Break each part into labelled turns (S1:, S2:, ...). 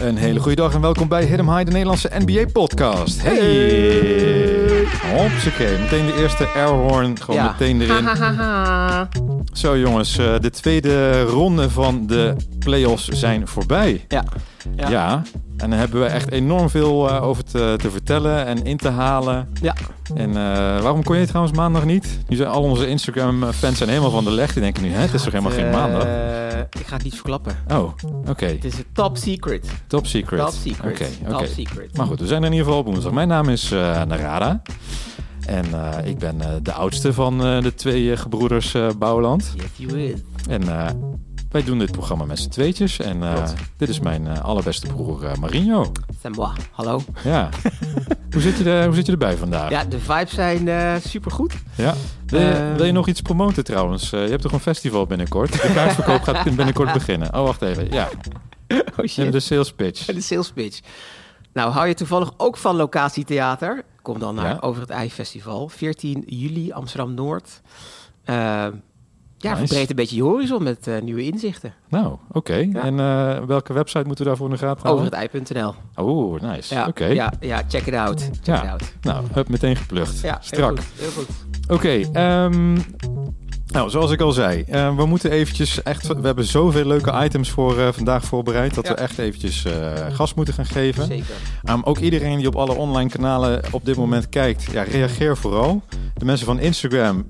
S1: Een hele goede dag en welkom bij Hidden High, de Nederlandse NBA-podcast. Hey! Hopsakee, meteen de eerste airhorn, gewoon
S2: Ja.
S1: meteen erin.
S3: Hahaha.
S1: Zo jongens, eh, de tweede ronde van de playoffs zijn voorbij.
S2: Ja.
S1: Ja,
S2: Ja.
S1: en daar hebben we echt enorm veel eh, over te, te vertellen en in te halen.
S2: Ja.
S1: En eh, waarom kon je het trouwens maandag niet? Nu zijn al onze Instagram-fans zijn helemaal van de leg. Die denken nu, hè, het is toch helemaal geen
S2: Eh,
S1: maandag?
S2: ik ga het niet verklappen.
S1: Oh, oké.
S2: Het is een top secret.
S1: Top secret.
S2: Top secret.
S1: Oké, oké.
S2: Top secret.
S1: Maar goed, we zijn er in ieder geval op woensdag. Mijn naam is eh, Narada. En eh, ik ben eh, de oudste van eh, de twee eh, gebroeders eh, Bouwland.
S2: Yes, you is.
S1: En eh, wij doen dit programma met z'n tweetjes. En eh,
S2: Klopt.
S1: dit is mijn eh, allerbeste broer eh Marinho.
S2: C'est moi. Hallo.
S1: Ja. hoe, zit je er, hoe zit je erbij vandaag?
S2: Ja, de vibes zijn eh supergoed.
S1: Ja? Wil, je,
S2: Eh,
S1: wil je nog iets promoten trouwens? Eh, je hebt toch een festival binnenkort? De kaartverkoop gaat binnenkort beginnen. Oh, wacht even. Ja,
S2: Oh
S1: en de sales pitch.
S2: De sales pitch. Nou, hou je toevallig ook van locatietheater? Kom dan naar
S1: Ja.
S2: Over het IJ Festival. 14 juli, Amsterdam-Noord. Eh, ja,
S1: Nice.
S2: verbreed een beetje je horizon met eh, nieuwe inzichten.
S1: Nou, oké. En eh, welke website moeten we daarvoor in de gaten
S2: Over
S1: houden?
S2: het IJ.nl.
S1: Oh, nice.
S2: Ja,
S1: Oké.
S2: ja, ja, check it out. Check
S1: Ja.
S2: it out.
S1: Nou, hup, meteen geplucht.
S2: Ja,
S1: Strak.
S2: Heel goed. Heel goed.
S1: Oké, ehm, nou, zoals ik al zei, eh, we moeten eventjes echt... We hebben zoveel leuke items voor eh, vandaag voorbereid... dat
S2: Ja.
S1: we echt eventjes eh, gas moeten gaan geven.
S2: Zeker.
S1: Ehm, ook iedereen die op alle online kanalen op dit moment kijkt, ja, reageer vooral. De mensen van Instagram,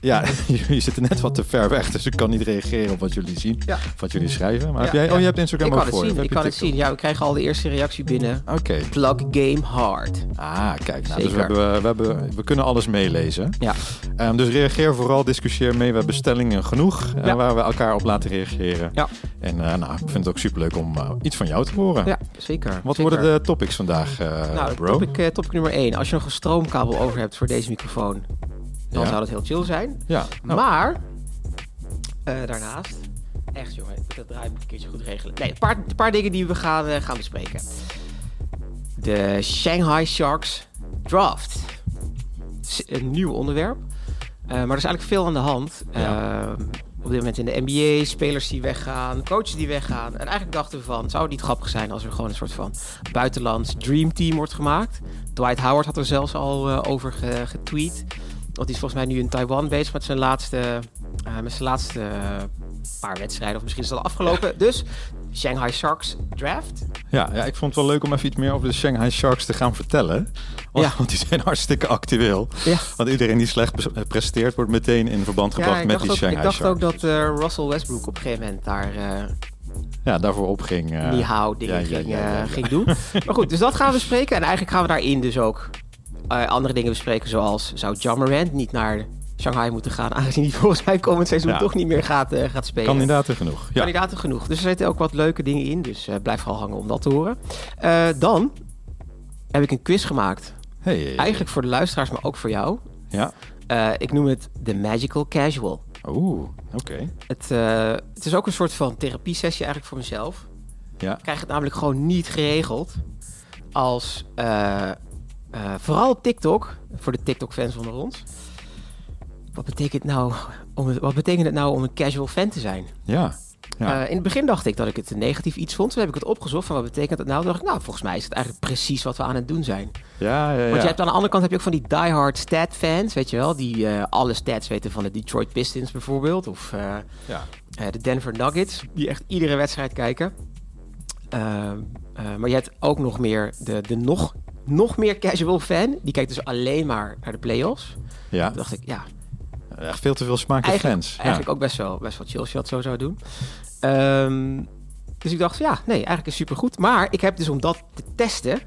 S1: ja, jullie zitten net wat te ver weg... dus ik kan niet reageren op wat jullie zien,
S2: Ja.
S1: of wat jullie schrijven. Maar
S2: Ja,
S1: heb jij...
S2: ja.
S1: Oh, je hebt Instagram
S2: Ik kan
S1: ook
S2: het
S1: voor je,
S2: zien,
S1: of
S2: ik
S1: heb
S2: kan
S1: je
S2: het zien.
S1: TikTok?
S2: Ja, we krijgen al de eerste reactie binnen.
S1: Oké.
S2: Plug game hard.
S1: Ah, kijk, nou, dus we,
S2: Zeker.
S1: hebben, we, hebben, we kunnen alles meelezen.
S2: Ja.
S1: Ehm, dus reageer vooral, discussieer mee. We hebben stellingen genoeg eh,
S2: Ja.
S1: waar we elkaar op laten reageren.
S2: Ja.
S1: En eh, nou, ik vind het ook superleuk om eh, iets van jou te horen.
S2: Ja, zeker.
S1: Wat
S2: zeker.
S1: worden de topics vandaag, eh,
S2: Nou,
S1: bro?
S2: topic, eh, topic nummer 1. Als je nog een stroomkabel over hebt voor deze microfoon, dan
S1: Ja.
S2: zou dat heel chill zijn.
S1: Ja, nou,
S2: Maar, eh, daarnaast, echt jongen, dat draai ik een keertje goed regelen. Nee, een paar, een paar dingen die we gaan, eh, gaan bespreken. De Shanghai Sharks draft. S- Een nieuw onderwerp. Eh, maar er is eigenlijk veel aan de hand.
S1: Ja.
S2: Ehm, op dit moment in de NBA, spelers die weggaan, coaches die weggaan. En eigenlijk dachten we van, zou het niet grappig zijn als er gewoon een soort van buitenlands dream team wordt gemaakt? Dwight Howard had er zelfs al eh, over ge- getweet. Want die is volgens mij nu in Taiwan bezig met zijn laatste, eh, met zijn laatste eh, paar wedstrijden. Of misschien is dat al afgelopen. Dus Shanghai Sharks draft.
S1: ja, ja, ik vond het wel leuk om even iets meer over de Shanghai Sharks te gaan vertellen. Want,
S2: Ja.
S1: want die zijn hartstikke actueel.
S2: Ja.
S1: Want iedereen die slecht pres- presteert wordt meteen in verband gebracht
S2: ik
S1: met
S2: dacht,
S1: die
S2: ook, ik
S1: Shanghai
S2: dacht
S1: Sharks.
S2: ook dat eh, Russell Westbrook op een gegeven moment daar eh
S1: Ja, daarvoor opging. eh,
S2: die dingen
S1: ja, ja,
S2: ging,
S1: ja, ja,
S2: eh,
S1: ja.
S2: ging doen. Maar goed, dus dat gaan we bespreken. En eigenlijk gaan we daarin dus ook eh, andere dingen bespreken. Zoals, zou John Morant niet naar Shanghai moeten gaan? Aangezien hij volgens mij komend seizoen
S1: Ja.
S2: toch niet meer gaat, eh, gaat spelen.
S1: Kandidaten genoeg. Ja.
S2: Kandidaten genoeg. Dus er zitten ook wat leuke dingen in. Dus eh, blijf vooral hangen om dat te horen. Eh, dan heb ik een quiz gemaakt.
S1: Hey.
S2: Eigenlijk voor de luisteraars, maar ook voor jou.
S1: Ja.
S2: Eh, ik noem het de Magical Casual.
S1: Oeh, oké.
S2: Het, eh, het is ook een soort van therapie-sessie eigenlijk voor mezelf.
S1: Ja.
S2: Ik krijg het namelijk gewoon niet geregeld. Als, eh, eh, vooral op TikTok, voor de TikTok-fans onder ons. Wat betekent, nou om, wat betekent het nou om een casual fan te zijn?
S1: Ja. Ja.
S2: Eh, in het begin dacht ik dat ik het een negatief iets vond. Toen heb ik het opgezocht van wat betekent dat nou? Toen dacht ik, nou volgens mij is het eigenlijk precies wat we aan het doen zijn.
S1: ja, ja, ja.
S2: Want je hebt aan de andere kant heb je ook van die diehard stat fans, weet je wel, die eh, alle stats weten van de Detroit Pistons bijvoorbeeld, of eh,
S1: Ja.
S2: eh, de Denver Nuggets, die echt iedere wedstrijd kijken. Ehm, eh, maar je hebt ook nog meer de, de nog, nog meer casual fan, die kijkt dus alleen maar naar de playoffs.
S1: ja.
S2: Toen dacht ik, ja,
S1: Echt veel te veel smaak in
S2: Eigenlijk-
S1: fans.
S2: eigenlijk ook best wel, best wel chill als je dat zo zou doen. Ehm, dus ik dacht, ja, nee, eigenlijk is supergoed. Maar ik heb dus om dat te testen,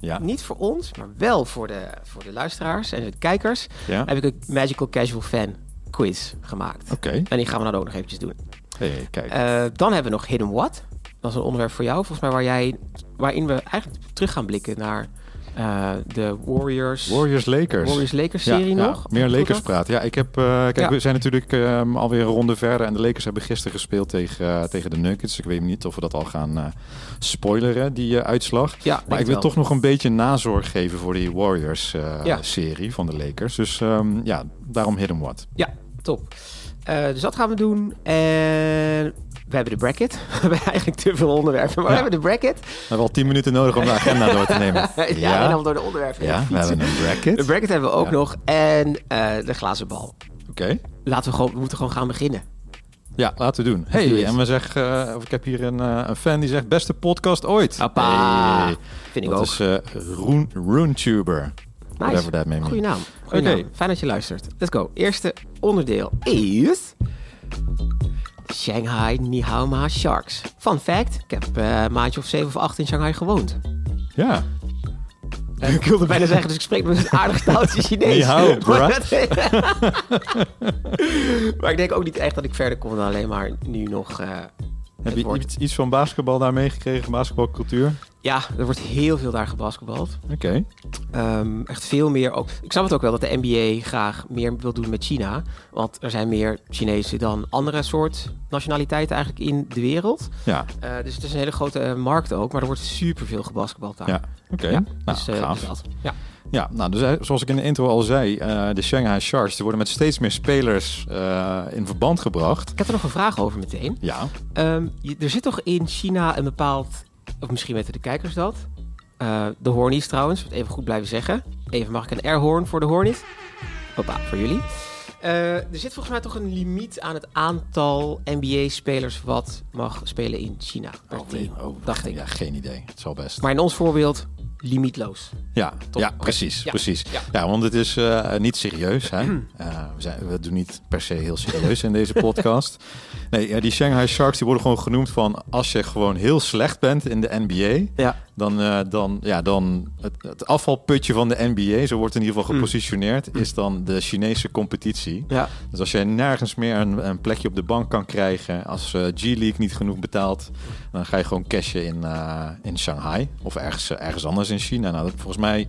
S1: ja.
S2: niet voor ons, maar wel voor de, voor de luisteraars en de kijkers,
S1: Ja.
S2: heb ik een Magical Casual Fan quiz gemaakt.
S1: Oké.
S2: En die gaan we nou ook nog eventjes doen.
S1: Hey, kijk.
S2: Eh, dan hebben we nog Hidden What. Dat is een onderwerp voor jou, volgens mij, waar jij, waarin we eigenlijk terug gaan blikken naar eh, de Warriors,
S1: Warriors Lakers.
S2: Warriors Lakers serie
S1: ja,
S2: nog.
S1: Ja, meer
S2: Goed,
S1: Lakers
S2: hè?
S1: praat. Ja, ik heb. eh, kijk,
S2: Ja.
S1: we zijn natuurlijk ehm, alweer een ronde verder. En de Lakers hebben gisteren gespeeld tegen, eh, tegen de Nuggets. Ik weet niet of we dat al gaan eh, spoileren, die eh, uitslag.
S2: Ja, denk
S1: Maar ik
S2: het
S1: wil
S2: wel.
S1: toch nog een beetje nazorg geven voor die Warriors eh,
S2: Ja.
S1: serie van de Lakers. Dus ehm, ja, daarom hit 'em what.
S2: Ja, top. Eh, dus dat gaan we doen. En we hebben de bracket. We hebben eigenlijk te veel onderwerpen, maar
S1: Ja.
S2: we hebben de bracket.
S1: We hebben al tien minuten nodig om de agenda door te nemen.
S2: ja, en dan door de onderwerpen.
S1: Ja, we hebben een bracket.
S2: De
S1: Oké.
S2: bracket hebben we ook
S1: Ja.
S2: nog. En eh, de glazen bal. Laten we gewoon, we moeten gewoon gaan beginnen.
S1: Ja, laten we doen.
S2: doe
S1: Hey,
S2: eens.
S1: en we zeggen, eh, ik heb hier een, eh, een fan die zegt, beste podcast ooit.
S2: Appa.
S1: Hey.
S2: Vind ik
S1: Dat
S2: ook.
S1: is eh Roen, Roontuber. Whatever that may mean.
S2: Goeie naam. Goeie
S1: Oké.
S2: naam. Fijn dat je luistert. Let's go. Eerste onderdeel is... Shanghai Nihao Ma Sharks. Fun fact, ik heb eh, een maandje of zeven of acht in Shanghai gewoond.
S1: Ja.
S2: Eh, ik wilde bijna zeggen, dus ik spreek met een aardig taaltje Chinees.
S1: Ni hao, bruh.
S2: Maar dat- maar ik denk ook niet echt dat ik verder kon dan alleen maar nu nog... eh,
S1: Heb
S2: het
S1: je
S2: woord.
S1: iets, iets van basketbal daar meegekregen, basketbalcultuur?
S2: Ja, er wordt heel veel daar gebasketbald.
S1: Oké.
S2: Ehm, echt veel meer ook. Ik snap het ook wel dat de NBA graag meer wil doen met China. Want er zijn meer Chinezen dan andere soort nationaliteiten eigenlijk in de wereld.
S1: Ja,
S2: Eh, dus het is een hele grote eh, markt ook. Maar er wordt superveel gebasketbald daar.
S1: ja. oké.
S2: Ja,
S1: nou,
S2: dus, eh,
S1: gaaf.
S2: dus dat. Ja.
S1: Ja, nou, dus eh, zoals ik in de intro al zei, eh, de Shanghai Sharks die worden met steeds meer spelers eh, in verband gebracht.
S2: Ik heb er nog een vraag over meteen.
S1: Ja,
S2: Ehm, je- er zit toch in China een bepaald... Of misschien weten de kijkers dat. Eh, de hornies trouwens, moet even goed blijven zeggen. Even mag ik een airhorn voor de hornies? Hoppa, voor jullie. Eh, er zit volgens mij toch een limiet aan het aantal NBA-spelers wat mag spelen in China per
S1: Oh,
S2: team, dacht ik.
S1: Ja, geen idee. Het zal best.
S2: Maar in ons voorbeeld, limietloos.
S1: ja,
S2: Top.
S1: ja,
S2: Oké.
S1: precies,
S2: Ja.
S1: precies.
S2: Ja.
S1: Ja. want het is eh, niet serieus. Hè? Eh, we, zijn, we doen niet per se heel serieus in deze podcast. Nee, eh, die Shanghai Sharks die worden gewoon genoemd van als je gewoon heel slecht bent in de NBA,
S2: Ja.
S1: dan, eh, dan, ja, dan het, het afvalputje van de NBA, zo wordt in ieder
S2: Hm.
S1: geval gepositioneerd, is dan de Chinese competitie.
S2: Ja.
S1: Dus als jij nergens meer een, een plekje op de bank kan krijgen, als eh, G-League niet genoeg betaalt, dan ga je gewoon cashen in, eh, in Shanghai of ergens, eh, ergens anders in China. Nou, dat volgens mij,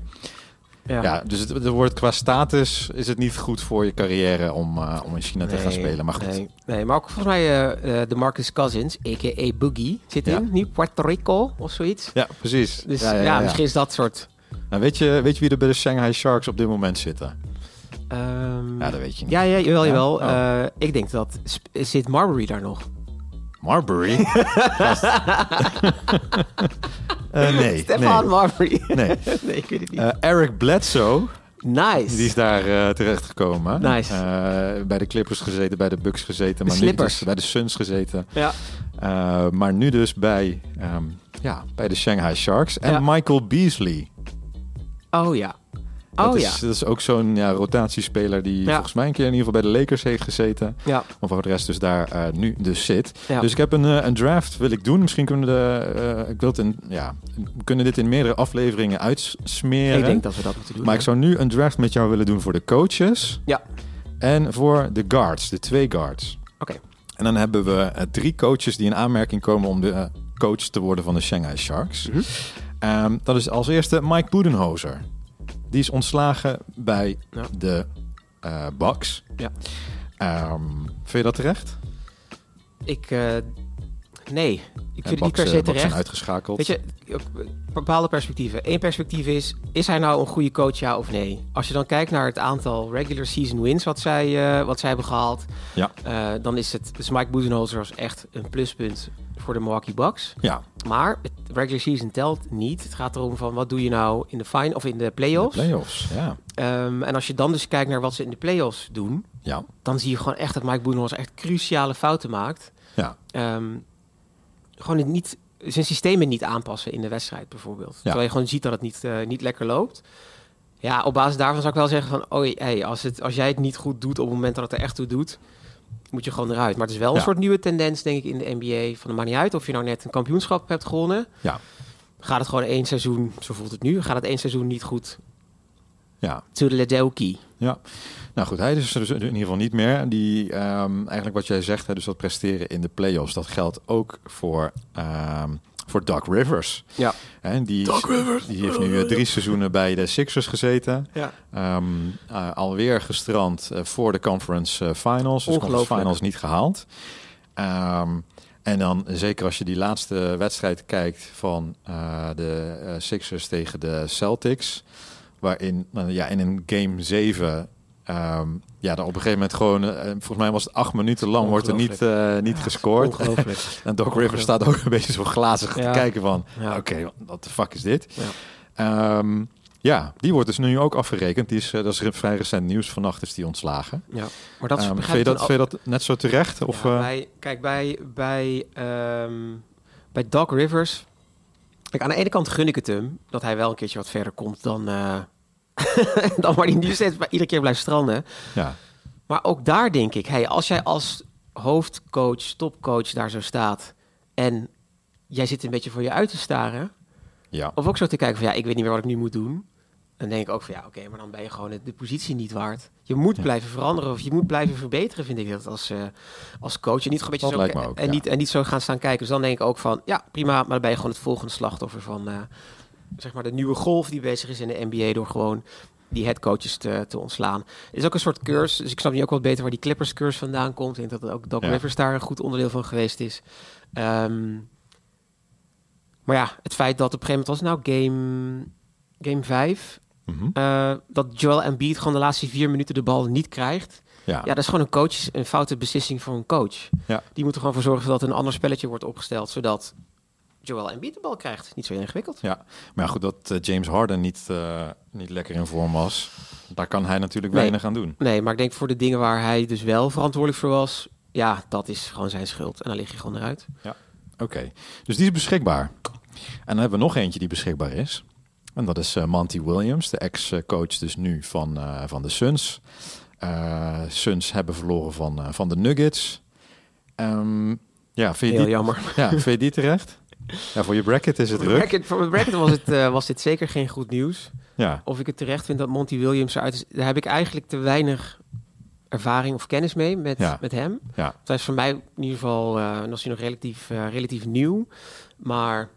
S1: ja. dus het, het wordt qua status is het niet goed voor je carrière om, eh, om in China te gaan
S2: Nee,
S1: spelen. Maar goed,
S2: Nee, nee, maar ook volgens mij eh, eh, de Marcus Cousins, a.k.a. Boogie, zit
S1: Ja.
S2: in nu Puerto Rico of zoiets.
S1: ja, precies.
S2: Dus
S1: ja,
S2: ja,
S1: ja, ja, ja.
S2: misschien is dat soort...
S1: Nou, weet, je, weet je wie er bij de Shanghai Sharks op dit moment zitten?
S2: ehm,
S1: Ja, dat weet je niet.
S2: Ja, ja, jawel,
S1: Ja?
S2: jawel.
S1: Oh.
S2: Eh, ik denk dat... sp- Zit Marbury daar nog?
S1: Marbury? Gast. Eh, nee,
S2: Stefan
S1: nee.
S2: Marbury.
S1: nee.
S2: nee, ik weet het niet.
S1: Eh, Eric Bledsoe,
S2: nice.
S1: die is daar terecht terechtgekomen.
S2: Nice.
S1: Eh, bij de Clippers gezeten, bij de Bucks gezeten,
S2: De
S1: maar nu
S2: Slippers.
S1: dus bij de Suns gezeten.
S2: ja.
S1: Eh, maar nu dus bij, ehm, ja, bij de Shanghai Sharks. En
S2: Ja.
S1: Michael Beasley.
S2: Oh ja.
S1: Dat,
S2: Oh ja.
S1: is, dat is ook zo'n ja, rotatiespeler die volgens mij een keer in ieder geval bij de Lakers heeft gezeten.
S2: ja.
S1: Of voor de rest dus daar eh, nu dus zit.
S2: Ja.
S1: Dus ik heb een, eh, een draft wil ik doen. Misschien kunnen we, de, eh, ik wil het in, ja, we kunnen dit in meerdere afleveringen uitsmeren.
S2: ik denk dat we dat moeten doen.
S1: Maar ik zou nu een draft met jou willen doen voor de coaches.
S2: Ja.
S1: En voor de guards, de twee guards.
S2: Oké.
S1: En dan hebben we eh, drie coaches die in aanmerking komen om de eh, coach te worden van de Shanghai Sharks.
S2: Mhm.
S1: Ehm, dat is als eerste Mike Budenhozer. Die is ontslagen bij
S2: Ja.
S1: de eh, Bucks.
S2: Ja.
S1: Ehm, vind je dat terecht?
S2: Ik... eh, nee, ik vind het
S1: Bucks,
S2: niet
S1: eh,
S2: per se
S1: Bucks zijn
S2: terecht.
S1: uitgeschakeld.
S2: Weet je, ook eh, bepaalde perspectieven. Eén perspectief is, is hij nou een goede coach, ja of nee? Als je dan kijkt naar het aantal regular season wins wat zij, eh, wat zij hebben gehaald...
S1: Ja.
S2: eh, dan is het, dus Mike Budenholzer was echt een pluspunt voor de Milwaukee Bucks.
S1: Ja,
S2: Maar het regular season telt niet. Het gaat erom van wat doe je nou in de fine of in de
S1: de
S2: playoffs.
S1: playoffs. Ja.
S2: Ehm, en als je dan dus kijkt naar wat ze in de playoffs doen,
S1: Ja.
S2: dan zie je gewoon echt dat Mike Boenholzer echt cruciale fouten maakt.
S1: Ja.
S2: Ehm, gewoon het niet, zijn systemen niet aanpassen in de wedstrijd bijvoorbeeld. Terwijl je gewoon ziet dat het niet, eh, niet lekker loopt. Ja, op basis daarvan zou ik wel zeggen van, oh, hey, als, het, als jij het niet goed doet op het moment dat het er echt toe doet, moet je gewoon eruit. Maar het is wel een
S1: Ja.
S2: soort nieuwe tendens, denk ik, in de NBA. Van het maakt niet uit of je nou net een kampioenschap hebt gewonnen.
S1: Ja.
S2: Gaat het gewoon één seizoen, zo voelt het nu, gaat het één seizoen niet goed.
S1: ja.
S2: To the Ledelki.
S1: Ja, nou goed, hij is er dus in ieder geval niet meer. Die, ehm, eigenlijk wat jij zegt, hè, dus dat presteren in de playoffs, dat geldt ook voor, ehm, voor Doug Rivers.
S2: Ja.
S1: Hè, die,
S2: Doug Rivers.
S1: die heeft nu eh, drie seizoenen bij de Sixers gezeten.
S2: Ja.
S1: Ehm, eh, alweer gestrand eh, voor de conference eh, finals. Dus conference
S2: Ongelooflijk.
S1: finals niet gehaald. Ehm, en dan zeker als je die laatste wedstrijd kijkt van eh, de nou eh, Sixers tegen de Celtics. Waarin eh, ja, in een game 7 Ehm, ja, dan op een gegeven moment gewoon, eh, volgens mij was het acht minuten lang, wordt er niet, eh, niet gescoord.
S3: Ongelooflijk.
S1: En Doc Rivers staat ook een beetje zo glazig
S3: Ja.
S1: te kijken van,
S3: Ja.
S1: oké, wat de fuck is dit? Ja. ja, die wordt dus nu ook afgerekend. Die is, eh, dat is vrij recent nieuws. Vannacht is die ontslagen.
S2: Ja. Maar dat is
S1: Ehm,
S2: begrijp
S1: vind, je
S2: ik
S1: dat,
S2: dan
S1: vind je dat net zo terecht? Of,
S2: Ja,
S1: eh,
S2: bij- kijk, bij, bij, ehm, bij Doc Rivers... Kijk, aan de ene kant gun ik het hem... dat hij wel een keertje wat verder komt dan... eh, dan waar hij nu steeds bij, iedere keer blijft stranden.
S1: ja.
S2: Maar ook daar denk ik... Hey, als jij als hoofdcoach, topcoach daar zo staat... en jij zit een beetje voor je uit te staren...
S1: ja.
S2: Of ook zo te kijken van ja, ik weet niet meer wat ik nu moet doen. Dan denk ik ook van ja, oké, maar dan ben je gewoon de, de positie niet waard. Je moet
S1: Ja.
S2: blijven veranderen of je moet blijven verbeteren, vind ik dat als, eh, als coach. En niet gewoon een
S1: Dat
S2: beetje
S1: lijkt
S2: zo
S1: me ook,
S2: en,
S1: ja.
S2: niet, en niet zo gaan staan kijken. Dus dan denk ik ook van ja, prima, maar dan ben je gewoon het volgende slachtoffer van eh, zeg maar de nieuwe golf die bezig is in de NBA door gewoon die headcoaches te, te ontslaan. Er is ook een soort cursus, dus ik snap nu ook wel beter waar die Clippers cursus vandaan komt. Ik denk dat ook Doc
S1: Ja.
S2: Rivers daar een goed onderdeel van geweest is. Ehm, maar ja, het feit dat op een gegeven moment was het nou game, game 5.
S1: Mhm.
S2: dat Joel Embiid gewoon de laatste vier minuten de bal niet krijgt.
S1: ja.
S2: Ja, dat is gewoon een, coach, een foute beslissing voor een coach.
S1: Ja.
S2: Die moet er gewoon voor zorgen dat een ander spelletje wordt opgesteld. Zodat Joel Embiid de bal krijgt. Niet zo heel ingewikkeld.
S1: Ja, maar ja, goed, dat eh, James Harden niet, eh, niet lekker in vorm was, daar kan hij natuurlijk
S2: Nee.
S1: weinig aan doen.
S2: Nee, maar ik denk voor de dingen waar hij dus wel verantwoordelijk voor was. Ja, dat is gewoon zijn schuld. En dan lig je gewoon eruit.
S1: Oké, dus die is beschikbaar. En dan hebben we nog eentje die beschikbaar is. En dat is eh Monty Williams, de ex-coach dus nu van, eh, van de Suns. Eh, Suns hebben verloren van, eh, van de Nuggets. Ehm, ja, vind je
S2: Heel
S1: die,
S2: jammer.
S1: ja, vind je die terecht? Ja, voor je bracket is het
S2: Voor
S1: druk.
S2: bracket- Voor mijn bracket was, het, eh, was dit zeker geen goed nieuws.
S1: Ja,
S2: Of ik het terecht vind dat Monty Williams eruit is, daar heb ik eigenlijk te weinig ervaring of kennis mee met,
S1: Ja.
S2: met hem.
S1: Ja.
S2: Hij is voor mij in ieder geval, eh, en was hij nog relatief, eh, relatief nieuw, maar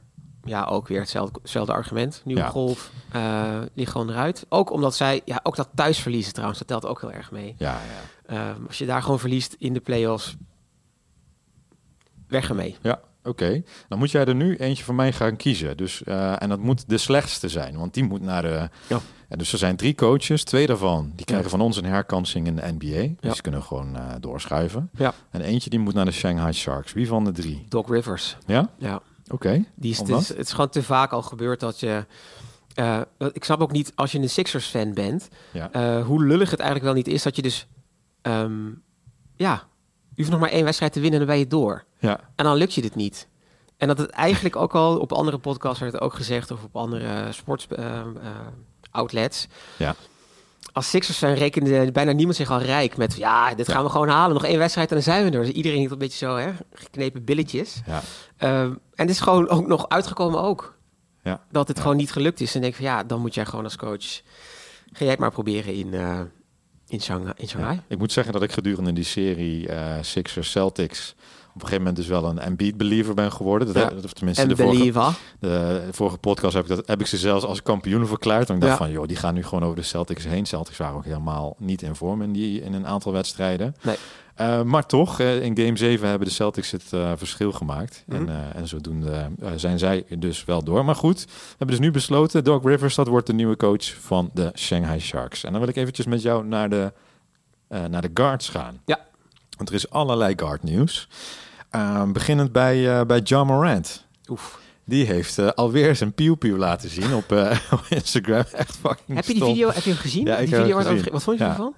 S2: ja, ook weer hetzelfde, hetzelfde argument. Nieuwe
S1: Ja.
S2: golf, eh ligt gewoon eruit. Ook omdat zij, ja, ook dat thuisverliezen trouwens, dat telt ook heel erg mee.
S1: ja, ja.
S2: Eh, als je daar gewoon verliest in de play-offs, weg ermee.
S1: Ja, oké. Dan moet jij er nu eentje van mij gaan kiezen. Dus, eh, en dat moet de slechtste zijn, want die moet naar de...
S2: Ja.
S1: En dus er zijn drie coaches, twee daarvan, die krijgen van ons een herkansing in de NBA. Dus die kunnen gewoon eh, doorschuiven.
S2: Ja.
S1: En eentje die moet naar de Shanghai Sharks. Wie van de drie?
S2: Doc Rivers.
S1: Ja?
S2: Ja.
S1: Oké.
S2: Die is, het,
S1: Omdat?
S2: is, het is gewoon te vaak al gebeurd dat je... eh, want ik snap ook niet, als je een Sixers-fan bent...
S1: Ja.
S2: eh, hoe lullig het eigenlijk wel niet is dat je dus... ehm, ja, je hoeft nog maar één wedstrijd te winnen en dan ben je door.
S1: Ja.
S2: En dan lukt je dit niet. En dat het eigenlijk ook al op andere podcasts werd het ook gezegd... of op andere sports eh, eh, outlets.
S1: Ja.
S2: Als Sixers-fan rekende bijna niemand zich al rijk met... ja, dit gaan we gewoon halen. Nog één wedstrijd en dan zijn we er. Dus iedereen hield een beetje zo, hè, geknepen billetjes.
S1: Ja.
S2: Ehm, en het is gewoon ook nog uitgekomen ook.
S1: Ja.
S2: Dat het
S1: Ja.
S2: gewoon niet gelukt is. En denk van ja, dan moet jij gewoon als coach... Ga jij het maar proberen in, eh, in, Shanghai, in Shanghai.
S1: Ja. Ik moet zeggen dat ik gedurende die serie eh Sixers Celtics op een gegeven moment dus wel een Embiid believer ben geworden. Dat,
S2: Ja.
S1: of tenminste
S2: En
S1: de vorige,
S2: Believa.
S1: De vorige podcast heb ik, dat, heb ik ze zelfs als kampioenen verklaard. En ik dacht
S2: Ja.
S1: van, joh, die gaan nu gewoon over de Celtics heen. Celtics waren ook helemaal niet in vorm in, die, in een aantal wedstrijden.
S2: Nee.
S1: Eh, maar toch, eh, in game 7 hebben de Celtics het eh, verschil gemaakt.
S2: Mhm.
S1: En, eh, en zodoende eh, zijn zij dus wel door. Maar goed, we hebben dus nu besloten, Doc Rivers, dat wordt de nieuwe coach van de Shanghai Sharks. En dan wil ik eventjes met jou naar de, eh, naar de guards gaan.
S2: Ja.
S1: Want er is allerlei guard nieuws. Eh, beginnend bij, eh, bij John Morant.
S2: Oef.
S1: Die heeft eh, alweer zijn piu-piu laten zien op eh, op Instagram. Echt fucking
S2: Heb je die
S1: Hm, stom.
S2: video heb je hem gezien?
S1: Ja, ik
S2: die
S1: heb hem
S2: video wordt
S1: gezien.
S2: overge- Wat vond je
S1: Ja.
S2: ervan?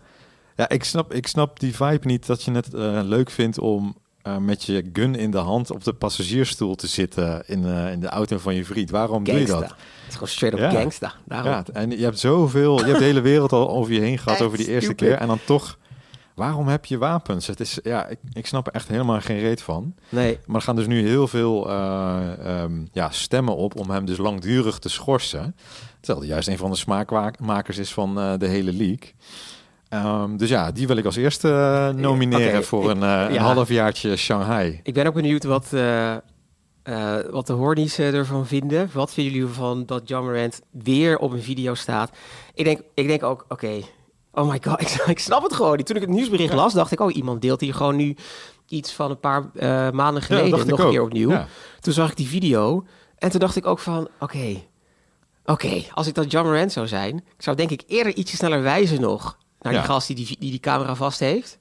S1: Ja, ik snap, ik snap die vibe niet dat je het eh, leuk vindt om eh, met je gun in de hand op de passagiersstoel te zitten in, eh, in de auto van je vriend. Waarom
S2: Gangsta.
S1: doe je dat?
S2: Het is gewoon straight up
S1: Ja.
S2: gangsta. Daarom.
S1: Ja, en je hebt zoveel, je hebt de hele wereld al over je heen gehad
S2: Echt
S1: over die eerste
S2: stupid.
S1: keer. En dan toch, waarom heb je wapens? Het is, ja, ik, ik snap er echt helemaal geen reet van.
S2: Nee.
S1: Maar er gaan dus nu heel veel eh, ehm, ja, stemmen op om hem dus langdurig te schorsen. Terwijl hij juist een van de smaakmakers is van eh, de hele league. Ehm, dus ja, die wil ik als eerste eh, nomineren
S2: Oké,
S1: voor
S2: ik-
S1: een, eh, een
S2: ja.
S1: halfjaartje Shanghai.
S2: Ik ben ook benieuwd wat, eh, eh, wat de Hornies eh, ervan vinden. Wat vinden jullie ervan dat John Morant weer op een video staat? Ik denk, ik denk ook, oké, oh my god, ik, ik snap het gewoon. niet. Toen ik het nieuwsbericht las, dacht ik, oh, iemand deelt hier gewoon nu iets van een paar eh, maanden
S1: dat
S2: geleden
S1: dacht ik
S2: nog een
S1: ook.
S2: keer opnieuw.
S1: Ja.
S2: Toen zag ik die video en toen dacht ik ook van, oké, oké, als ik dat John Morant zou zijn, ik zou denk ik eerder ietsje sneller wijzen nog naar die
S1: Ja.
S2: gast die die, die die camera vast heeft.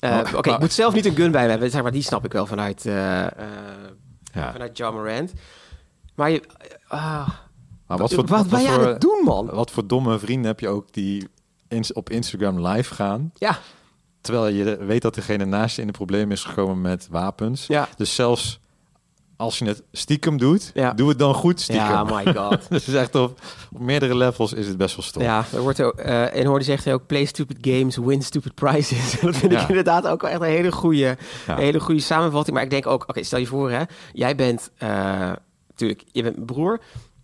S2: Eh,
S1: Maar-
S2: Oké,
S1: maar-
S2: ik moet zelf niet een gun bij me hebben, zeg maar, die snap ik wel vanuit, eh, eh,
S1: Ja.
S2: vanuit John Morant. Maar je, ah,
S1: Maar wat voor,
S2: wat, ben jij aan
S1: voor,
S2: het doen, man?
S1: wat voor domme vrienden heb je ook die ins- op Instagram live gaan...
S2: Ja,
S1: terwijl je weet dat degene naast je in de problemen is gekomen met wapens.
S2: ja.
S1: Dus zelfs als je het stiekem doet,
S2: Ja.
S1: doe het dan goed stiekem.
S2: Ja, my god.
S1: dus het is echt op, op meerdere levels is het best wel stom.
S2: Ja, er wordt ook, eh en hoorde zegt hij ook, play stupid games, win stupid prizes. dat vind
S1: Ja.
S2: ik inderdaad ook wel echt een hele goede,
S1: Ja.
S2: een hele goede samenvatting. Maar ik denk ook, oké, stel je voor, hè, jij bent, eh natuurlijk, je bent mijn broer.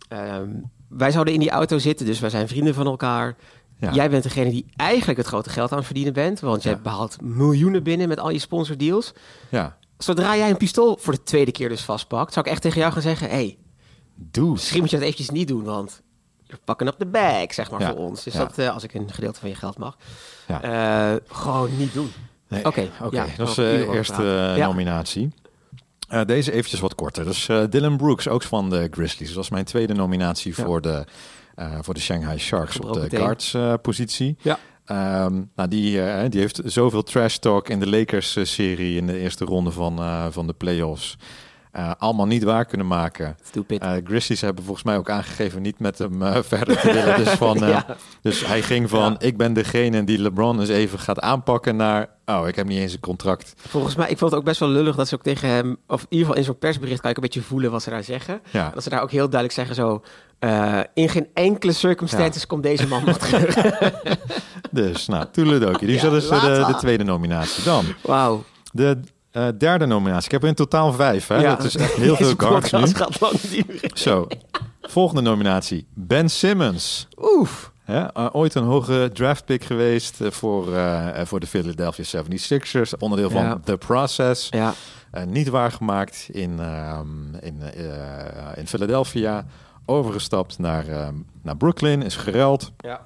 S2: Ehm, wij zouden in die auto zitten, dus wij zijn vrienden van elkaar.
S1: Ja.
S2: Jij bent degene die eigenlijk het grote geld aan het verdienen bent, want jij
S1: Ja.
S2: behaalt miljoenen binnen met al je sponsordeals.
S1: Ja.
S2: Zodra jij een pistool voor de tweede keer dus vastpakt, zou ik echt tegen jou gaan zeggen, hey,
S1: Doe.
S2: Misschien moet je dat eventjes niet doen, want you're fucking up the bag, zeg maar,
S1: Ja,
S2: voor ons. Dus
S1: ja.
S2: dat, eh, als ik een gedeelte van je geld mag.
S1: Ja.
S2: Eh, gewoon niet doen.
S1: Nee,
S2: Oké,
S1: Oké,
S2: ja,
S1: dat is eh,
S2: wel
S1: de
S2: uren
S1: eerste
S2: praten. Ja.
S1: nominatie. Eh, deze eventjes wat korter. Dus eh, Dylan Brooks, ook van de Grizzlies. Dat was mijn tweede nominatie
S2: Ja.
S1: voor, de, eh, voor de Shanghai Sharks op de
S2: Gebroken teen.
S1: guards-positie.
S2: Ja.
S1: nou, die, eh, die heeft zoveel trash talk in de Lakers-serie in de eerste ronde van, eh, van de playoffs. eh, allemaal niet waar kunnen maken.
S2: Stupid.
S1: Eh Grizzlies hebben volgens mij ook aangegeven niet met hem eh, verder te willen. Dus, van, eh,
S2: Ja.
S1: dus hij ging van,
S2: Ja.
S1: ik ben degene die LeBron eens even gaat aanpakken naar... Oh, ik heb niet eens een contract.
S2: Volgens mij, ik vond het ook best wel lullig dat ze ook tegen hem, of in ieder geval in zo'n persbericht kan ik een beetje voelen wat ze daar zeggen.
S1: Ja,
S2: Dat ze daar ook heel duidelijk zeggen zo, eh, in geen enkele circumstances komt deze man nog terug.
S1: dus nou, toedeledokie. Die is
S2: Ja,
S1: dat is eh, de,
S2: later.
S1: de tweede nominatie. Dan
S2: Wauw.
S1: de eh, derde nominatie. Ik heb er in totaal vijf. Hè? Dat is echt heel veel
S2: Deze
S1: guards nu.
S2: podcast gaat lang duren.
S1: Zo, volgende nominatie. Ben Simmons.
S2: Oef.
S1: Hè? eh, ooit een hoge draftpick geweest eh, voor, eh, eh, voor de Philadelphia 76ers. Onderdeel van
S2: Ja.
S1: The Process.
S2: Ja,
S1: Eh, niet waargemaakt in, ehm, in, eh, in Philadelphia. Overgestapt naar, ehm, naar Brooklyn, is geruild.
S2: ja.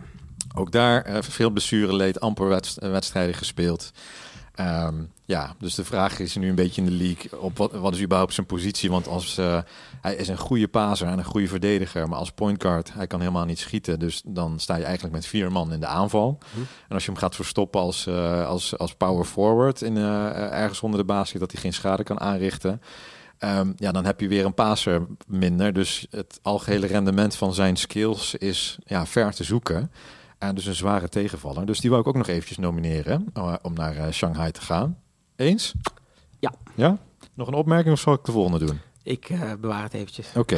S1: Ook daar eh, veel blessure leed, amper wedst- eh, wedstrijden gespeeld. Ehm, ja, dus de vraag is nu een beetje in de league, op wat, wat is überhaupt zijn positie? Want als, eh, hij is een goede paser en een goede verdediger, maar als point guard, hij kan helemaal niet schieten. Dus dan sta je eigenlijk met vier man in de aanval.
S2: Hm.
S1: En als je hem gaat verstoppen als, eh, als, als power forward in, eh, eh, ergens onder de basket, dat hij geen schade kan aanrichten. Ehm, ja, dan heb je weer een paser minder. Dus het algehele rendement van zijn skills is ja, ver te zoeken. En dus een zware tegenvaller. Dus die wou ik ook nog eventjes nomineren eh, om naar eh, Shanghai te gaan. Eens?
S2: Ja.
S1: Ja? Nog een opmerking of zal ik de volgende doen?
S2: Ik eh, bewaar het eventjes.
S1: Oké.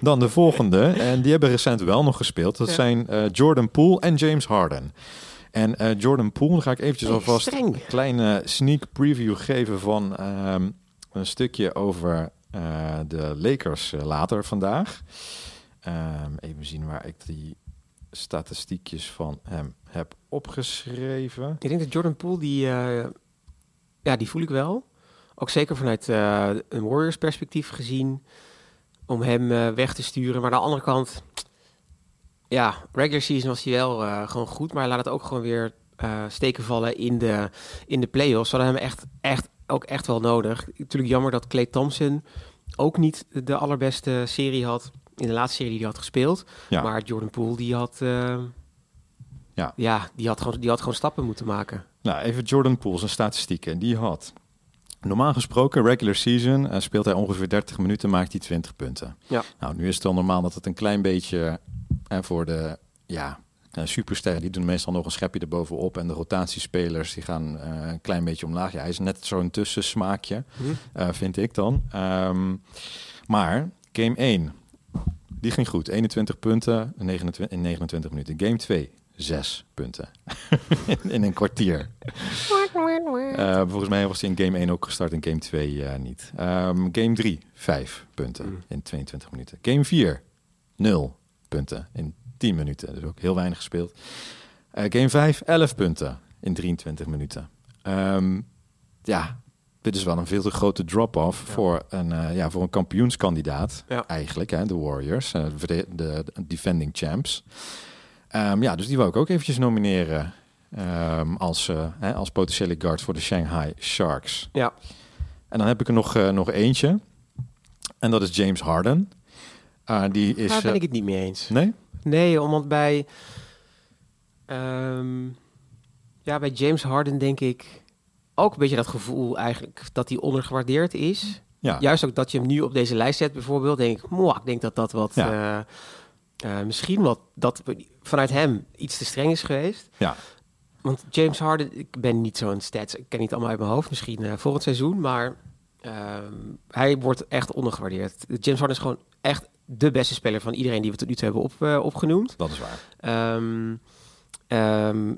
S1: Dan de volgende. En die hebben recent wel nog gespeeld. Dat
S2: Ja.
S1: zijn eh, Jordan Poole en James Harden. En eh, Jordan Poole ga ik eventjes
S2: Hey,
S1: alvast
S2: streng.
S1: een kleine sneak preview geven van ehm, een stukje over eh, de Lakers eh, later vandaag. Ehm, even zien waar ik die statistiekjes van hem heb opgeschreven.
S2: Ik denk dat Jordan Poole, die, eh, ja, die voel ik wel. Ook zeker vanuit eh, een Warriors perspectief gezien. Om hem eh, weg te sturen. Maar aan de andere kant, ja, regular season was hij wel eh, gewoon goed. Maar laat het ook gewoon weer eh, steken vallen in de, in de playoffs. Ze hadden hem echt, echt, ook echt wel nodig. Natuurlijk jammer dat Clay Thompson ook niet de allerbeste serie had. In de laatste serie die hij had gespeeld.
S1: Ja.
S2: Maar Jordan Poole, die had... eh,
S1: Ja.
S2: ja, die had, gewoon, die had gewoon stappen moeten maken.
S1: Nou, even Jordan Poole, zijn statistieken. Die had normaal gesproken, regular season, eh, speelt hij ongeveer 30 minuten, maakt hij 20 punten.
S2: Ja.
S1: Nou, nu is het wel normaal dat het een klein beetje eh, voor de ja, eh, supersterren, die doen meestal nog een schepje erbovenop. En de rotatiespelers, die gaan eh, een klein beetje omlaag. Ja, hij is net zo'n tussensmaakje,
S2: Mhm.
S1: eh, vind ik dan. Ehm, maar, game 1, die ging goed. 21 punten in 29, in 29 minuten. Game 2, 6 punten. in, in een kwartier. Eh, volgens mij was hij in game 1 ook gestart en game 2 eh, niet. Ehm, game 3, 5 punten
S2: Mm.
S1: in 22 minuten. Game 4, 0 punten in 10 minuten. Dus ook heel weinig gespeeld. Eh, game 5, 11 punten in 23 minuten. Ehm, ja, dit is wel een veel te grote drop-off
S2: Ja.
S1: voor, een, eh, ja, voor een kampioenskandidaat.
S2: Ja.
S1: Eigenlijk, hè, de Warriors, eh, de, de defending champs. Ehm, ja, dus die wou ik ook eventjes nomineren ehm, als, eh, hè, als potentiële guard voor de Shanghai Sharks.
S2: Ja.
S1: En dan heb ik er nog, eh, nog eentje. En dat is James Harden. Ah, die is...
S2: Daar ben
S1: eh,
S2: ik het niet mee eens.
S1: Nee?
S2: Nee, omdat bij... ehm, Ja, bij James Harden denk ik ook een beetje dat gevoel eigenlijk dat hij ondergewaardeerd is.
S1: Ja,
S2: Juist ook dat je hem nu op deze lijst zet bijvoorbeeld, denk ik, "Mwah, ik denk dat dat wat... eh, eh, misschien wat dat vanuit hem iets te streng is geweest.
S1: ja.
S2: Want James Harden, ik ben niet zo'n stats, ik ken niet allemaal uit mijn hoofd, misschien eh, volgend seizoen, maar ehm, hij wordt echt ondergewaardeerd. James Harden is gewoon echt de beste speler van iedereen die we tot nu toe hebben op, eh, opgenoemd.
S1: dat is waar.
S2: Ehm, ehm,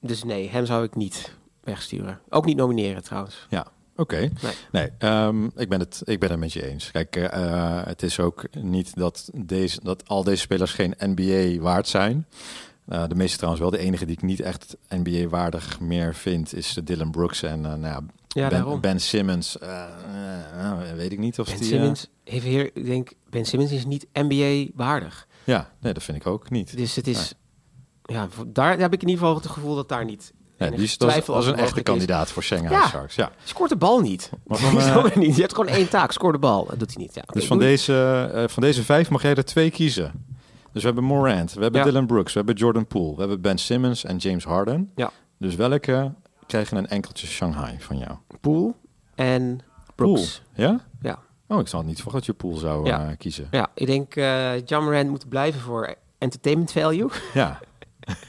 S2: dus nee, hem zou ik niet wegsturen. Ook niet nomineren trouwens.
S1: Ja, oké.
S2: Nee.
S1: Nee, ehm, ik, ben het, ik ben het met je eens. Kijk, eh, het is ook niet dat, deze, dat al deze spelers geen NBA waard zijn. Eh, de meeste trouwens wel. De enige die ik niet echt NBA-waardig meer vind is eh, Dylan Brooks en eh, nou ja,
S2: Ja,
S1: ben,
S2: daarom.
S1: ben Simmons. Eh, eh, eh, weet ik niet of
S2: Ben
S1: die... eh,
S2: Simmons heeft hier, ik denk, Ben Simmons is niet NBA-waardig.
S1: ja, nee, dat vind ik ook niet.
S2: Dus het is, ja, voor- daar heb ik in ieder geval het gevoel dat daar niet.
S1: Nee,
S2: enige
S1: die is, dat is,
S2: twijfel
S1: dat is een
S2: over
S1: echte
S2: mogelijk is.
S1: kandidaat voor Shanghai
S2: Ja.
S1: Sharks. Ja.
S2: Scoort de bal niet.
S1: Maar van, eh,
S2: Snap je niet? Je hebt gewoon één taak, scoor de bal. Dat doet hij niet. Ja, oké,
S1: Dus van
S2: doei.
S1: deze, eh, van deze vijf mag jij er twee kiezen. Dus we hebben Morant, we hebben
S2: Ja.
S1: Dylan Brooks, we hebben Jordan Poole, we hebben Ben Simmons en James Harden.
S2: Ja.
S1: Dus welke krijgen een enkeltje Shanghai van jou?
S2: Poel en Brooks.
S1: Poole, ja?
S2: Ja.
S1: Oh, ik zal het niet voor dat je Poole zou
S2: Ja.
S1: eh, kiezen.
S2: Ja, ik denk eh John Morant moet blijven voor entertainment value.
S1: Ja.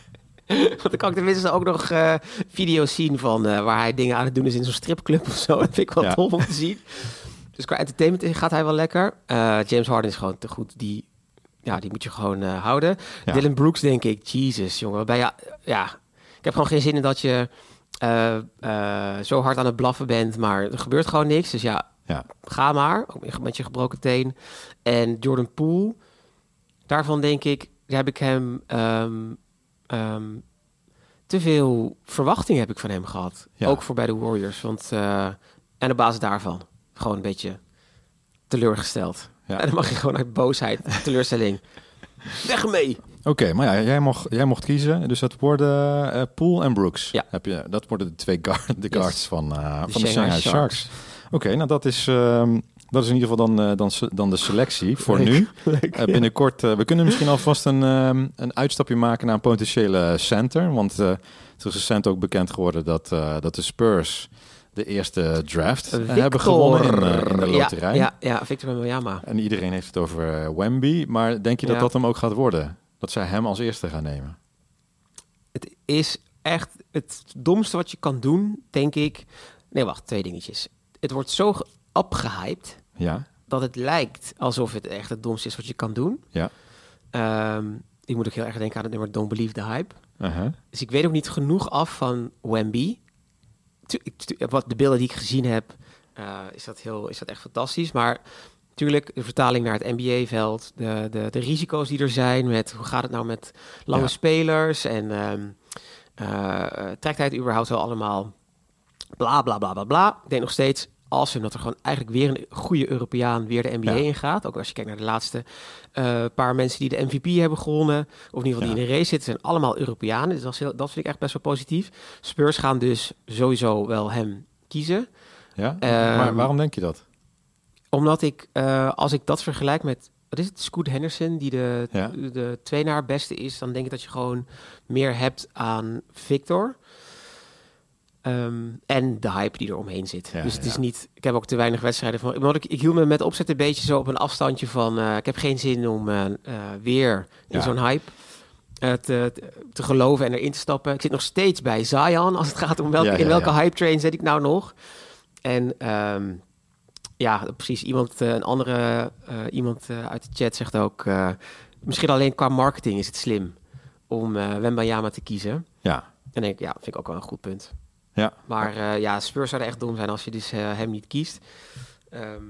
S2: Want dan kan ik tenminste ook nog eh, video's zien van eh, waar hij dingen aan het doen is in zo'n stripclub of zo. Dat vind ik wel
S1: Ja.
S2: tof om te zien. Dus qua entertainment gaat hij wel lekker. Eh, James Harden is gewoon te goed. Die, ja, die moet je gewoon eh, houden.
S1: Ja.
S2: Dylan Brooks denk ik, Jesus jongen. Ben je, ja, ik heb gewoon geen zin in dat je eh, eh, zo hard aan het blaffen bent, maar er gebeurt gewoon niks. Dus ja,
S1: ja.
S2: ga maar, ook met je gebroken teen. En Jordan Poole, daarvan denk ik, daar heb ik hem ehm, ehm, te veel verwachting heb ik van hem gehad.
S1: Ja.
S2: Ook voor bij de Warriors. Want, eh, en op basis daarvan, gewoon een beetje teleurgesteld.
S1: Ja.
S2: En dan mag je gewoon uit boosheid, teleurstelling. Weg ermee!
S1: Oké, maar ja, jij, mocht, jij mocht kiezen. Dus dat worden eh Poole en Brooks.
S2: Ja.
S1: Heb je, dat worden de twee guard, de
S2: Yes.
S1: guards van, eh, van de Shanghai,
S2: Shanghai
S1: Sharks.
S2: Sharks.
S1: Oké, nou dat is, ehm, dat is in ieder geval dan, eh, dan, se- dan de selectie voor
S2: Leuk.
S1: nu. Eh, binnenkort, eh, we kunnen misschien alvast een, ehm, een uitstapje maken naar een potentiële center. Want eh, het is recent ook bekend geworden dat, eh, dat de Spurs de eerste draft eh, hebben
S2: Victor.
S1: gewonnen in, eh, in de
S2: Ja,
S1: loterij.
S2: Ja, ja, Victor Wembanyama.
S1: En iedereen heeft het over eh, Wemby. Maar denk je dat
S2: Ja.
S1: dat hem ook gaat worden? Dat zij hem als eerste gaan nemen?
S2: Het is echt het domste wat je kan doen, denk ik. Nee, wacht, twee dingetjes. Het wordt zo ge- opgehyped
S1: Ja,
S2: dat het lijkt alsof het echt het domste is wat je kan doen.
S1: ja.
S2: Ehm ik moet ook heel erg denken aan het nummer Don't Believe the Hype.
S1: Uh-huh.
S2: Dus ik weet ook niet genoeg af van Wemby. Tu- ik- tu- Wat de beelden die ik gezien heb, eh, is, dat heel, is dat echt fantastisch. Maar natuurlijk, de vertaling naar het NBA-veld, de, de, de risico's die er zijn met hoe gaat het nou met lange
S1: Ja.
S2: spelers en ehm, eh, trekt hij het überhaupt wel allemaal? Bla bla bla bla bla. Ik denk nog steeds awesome dat er gewoon eigenlijk weer een goede Europeaan weer de NBA
S1: Ja.
S2: ingaat. Ook als je kijkt naar de laatste eh, paar mensen die de MVP hebben gewonnen. Of in ieder geval die in de race zitten, zijn allemaal Europeanen. Dus dat, is heel- dat vind ik echt best wel positief. Spurs gaan dus sowieso wel hem kiezen.
S1: Ja?
S2: Ehm,
S1: maar waarom denk je dat?
S2: Omdat ik, eh, als ik dat vergelijk met, wat is het, Scoot Henderson, die de,
S1: Ja.
S2: de twee naar beste is, dan denk ik dat je gewoon meer hebt aan Victor. Ehm, en de hype die er omheen zit.
S1: Ja,
S2: dus het is
S1: ja.
S2: niet. Ik heb ook te weinig wedstrijden van. Want ik, ik hield me met opzet een beetje zo op een afstandje van. eh, ik heb geen zin om eh, eh, weer in
S1: Ja.
S2: zo'n hype eh, te, te- te geloven en erin te stappen. Ik zit nog steeds bij Zion als het gaat om welke,
S1: Ja, ja,
S2: in welke
S1: ja.
S2: hype train zit ik nou nog. En ehm, ja, precies. Iemand, eh, een andere eh, iemand eh, uit de chat zegt ook... eh, misschien alleen qua marketing is het slim om eh Wembayama te kiezen.
S1: Ja,
S2: En denk ik, ja, vind ik ook wel een goed punt.
S1: ja.
S2: Maar eh, ja, Spurs zouden echt dom zijn als je dus eh, hem niet kiest. Ehm,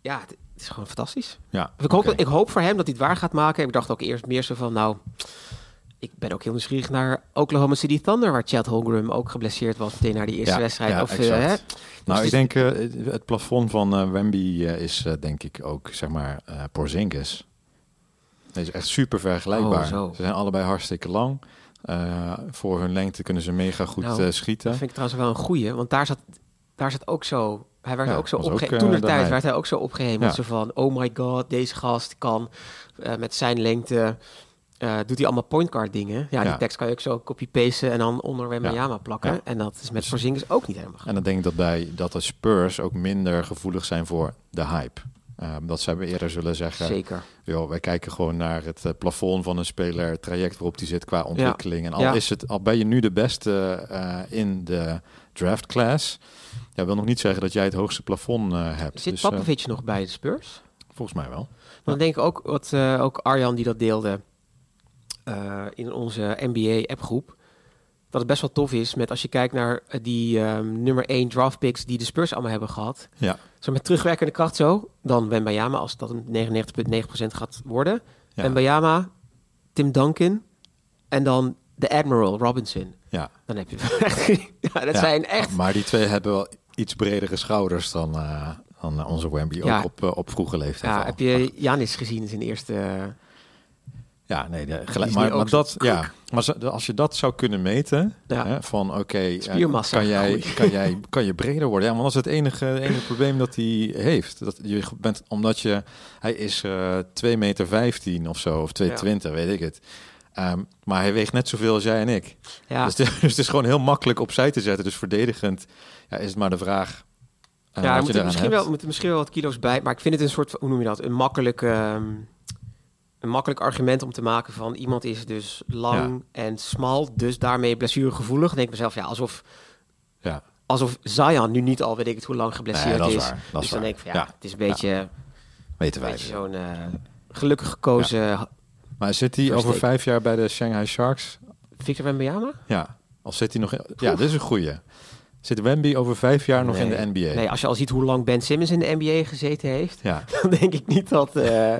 S2: ja, het, het is gewoon fantastisch.
S1: ja.
S2: Ik hoop,
S1: Oké.
S2: ik hoop voor hem dat hij het waar gaat maken. Ik dacht ook eerst meer zo van, nou... Ik ben ook heel nieuwsgierig naar Oklahoma City Thunder... waar Chad Holmgren ook geblesseerd was meteen naar die eerste
S1: Ja,
S2: wedstrijd.
S1: ja,
S2: of, eh,
S1: exact.
S2: hè?
S1: Nou, ik
S2: Dus
S1: denk eh, het- het plafond van eh, Wemby eh, is eh, denk ik ook zeg maar eh Porzingis. Hij is echt super
S2: Oh,
S1: vergelijkbaar.
S2: zo.
S1: ze zijn allebei hartstikke lang. Eh, voor hun lengte kunnen ze mega goed
S2: Nou,
S1: eh,
S2: Dat
S1: schieten.
S2: vind ik trouwens wel een goeie, want daar zat, daar zat ook zo... Hij werd
S1: Ja,
S2: ook zo
S1: was ook,
S2: opgehemeld.
S1: eh,
S2: Toen de
S1: de
S2: tijd
S1: hype.
S2: werd hij ook zo opgehemeld.
S1: Ja.
S2: Zo van, oh my god, deze gast kan eh, met zijn lengte... eh, eh, doet hij allemaal pointcard dingen. Ja,
S1: Ja.
S2: die tekst kan je ook zo copy-pasten en dan onder Wembanyama plakken.
S1: Ja. Dus-
S2: En dat is met Porzingis ook niet helemaal.
S1: En dan denk ik dat, bij, dat de Spurs ook minder gevoelig zijn voor de hype. Ehm, dat zij eerder zullen zeggen,
S2: Zeker.
S1: joh, wij kijken gewoon naar het eh, plafond van een speler, het traject waarop die zit qua ontwikkeling. En al,
S2: Ja.
S1: is het, al ben je nu de beste eh, in de draft class, ja, wil nog niet zeggen dat jij het hoogste plafond eh, hebt.
S2: Zit
S1: Dus, eh,
S2: Papovic nog bij de Spurs?
S1: volgens mij wel.
S2: Dan denk ik ook wat eh, ook Arjan die dat deelde eh, in onze NBA-appgroep. Dat het best wel tof is met als je kijkt naar eh, die ehm, nummer 1 draft picks die de Spurs allemaal hebben gehad.
S1: Ja.
S2: Zo met terugwerkende kracht zo. Dan Wembayama als dat een 99,9% gaat worden.
S1: Ja.
S2: Wembayama, Tim Duncan en dan de Admiral Robinson.
S1: Ja.
S2: Dan heb je ja, dat
S1: Ja.
S2: zijn echt
S1: Maar die twee hebben wel iets bredere schouders dan, eh, dan eh, onze Wemby,
S2: Ja.
S1: ook op, eh, op vroege leeftijd
S2: Ja,
S1: al.
S2: heb je Janis gezien in zijn eerste... eh,
S1: Ja, nee, de-
S2: Die
S1: gelijk,
S2: is
S1: maar,
S2: nu ook
S1: maar
S2: zo
S1: dat,
S2: kruk.
S1: ja, maar zo- als je dat zou kunnen meten,
S2: Ja.
S1: hè, van oké, eh,
S2: Spiermassa.
S1: kan, jij,
S2: Goeie.
S1: kan, jij, kan je breder worden? Ja, want dat is het enige, enige probleem dat hij heeft. Dat je bent, omdat je, hij is eh 2 meter 15 of zo, of 2,20, weet ik het. Ehm, maar hij weegt net zoveel als jij en ik.
S2: ja.
S1: Dus, het is- dus het is gewoon heel makkelijk opzij te zetten. Dus verdedigend ja, is het maar de vraag eh,
S2: Ja,
S1: wat
S2: er
S1: je
S2: moeten
S1: eraan
S2: misschien
S1: hebt.
S2: wel, moeten misschien wel wat kilo's bij. Maar ik vind het een soort, van- hoe noem je dat? Een makkelijk, ehm, een makkelijk argument om te maken van iemand is dus lang en smal. Dus daarmee blessuregevoelig. Dan denk ik mezelf, ja, alsof,
S1: Ja.
S2: alsof Zion nu niet al weet ik het hoe lang geblesseerd
S1: Nee, dat is
S2: is.
S1: waar, dat is
S2: dus dan
S1: waar.
S2: denk ik van, ja,
S1: Ja.
S2: het is een beetje,
S1: Weten
S2: een
S1: wij.
S2: beetje zo'n eh, gelukkig gekozen
S1: Maar zit hij
S2: First
S1: over
S2: take.
S1: vijf jaar bij de Shanghai Sharks?
S2: Victor Wembanyama?
S1: Ja, of zit hij nog... in- Ja, dit is een goeie. Zit Wemby over vijf jaar nog in de NBA?
S2: Nee, als je al ziet hoe lang Ben Simmons in de NBA gezeten heeft.
S1: Ja,
S2: dan denk ik niet dat. eh,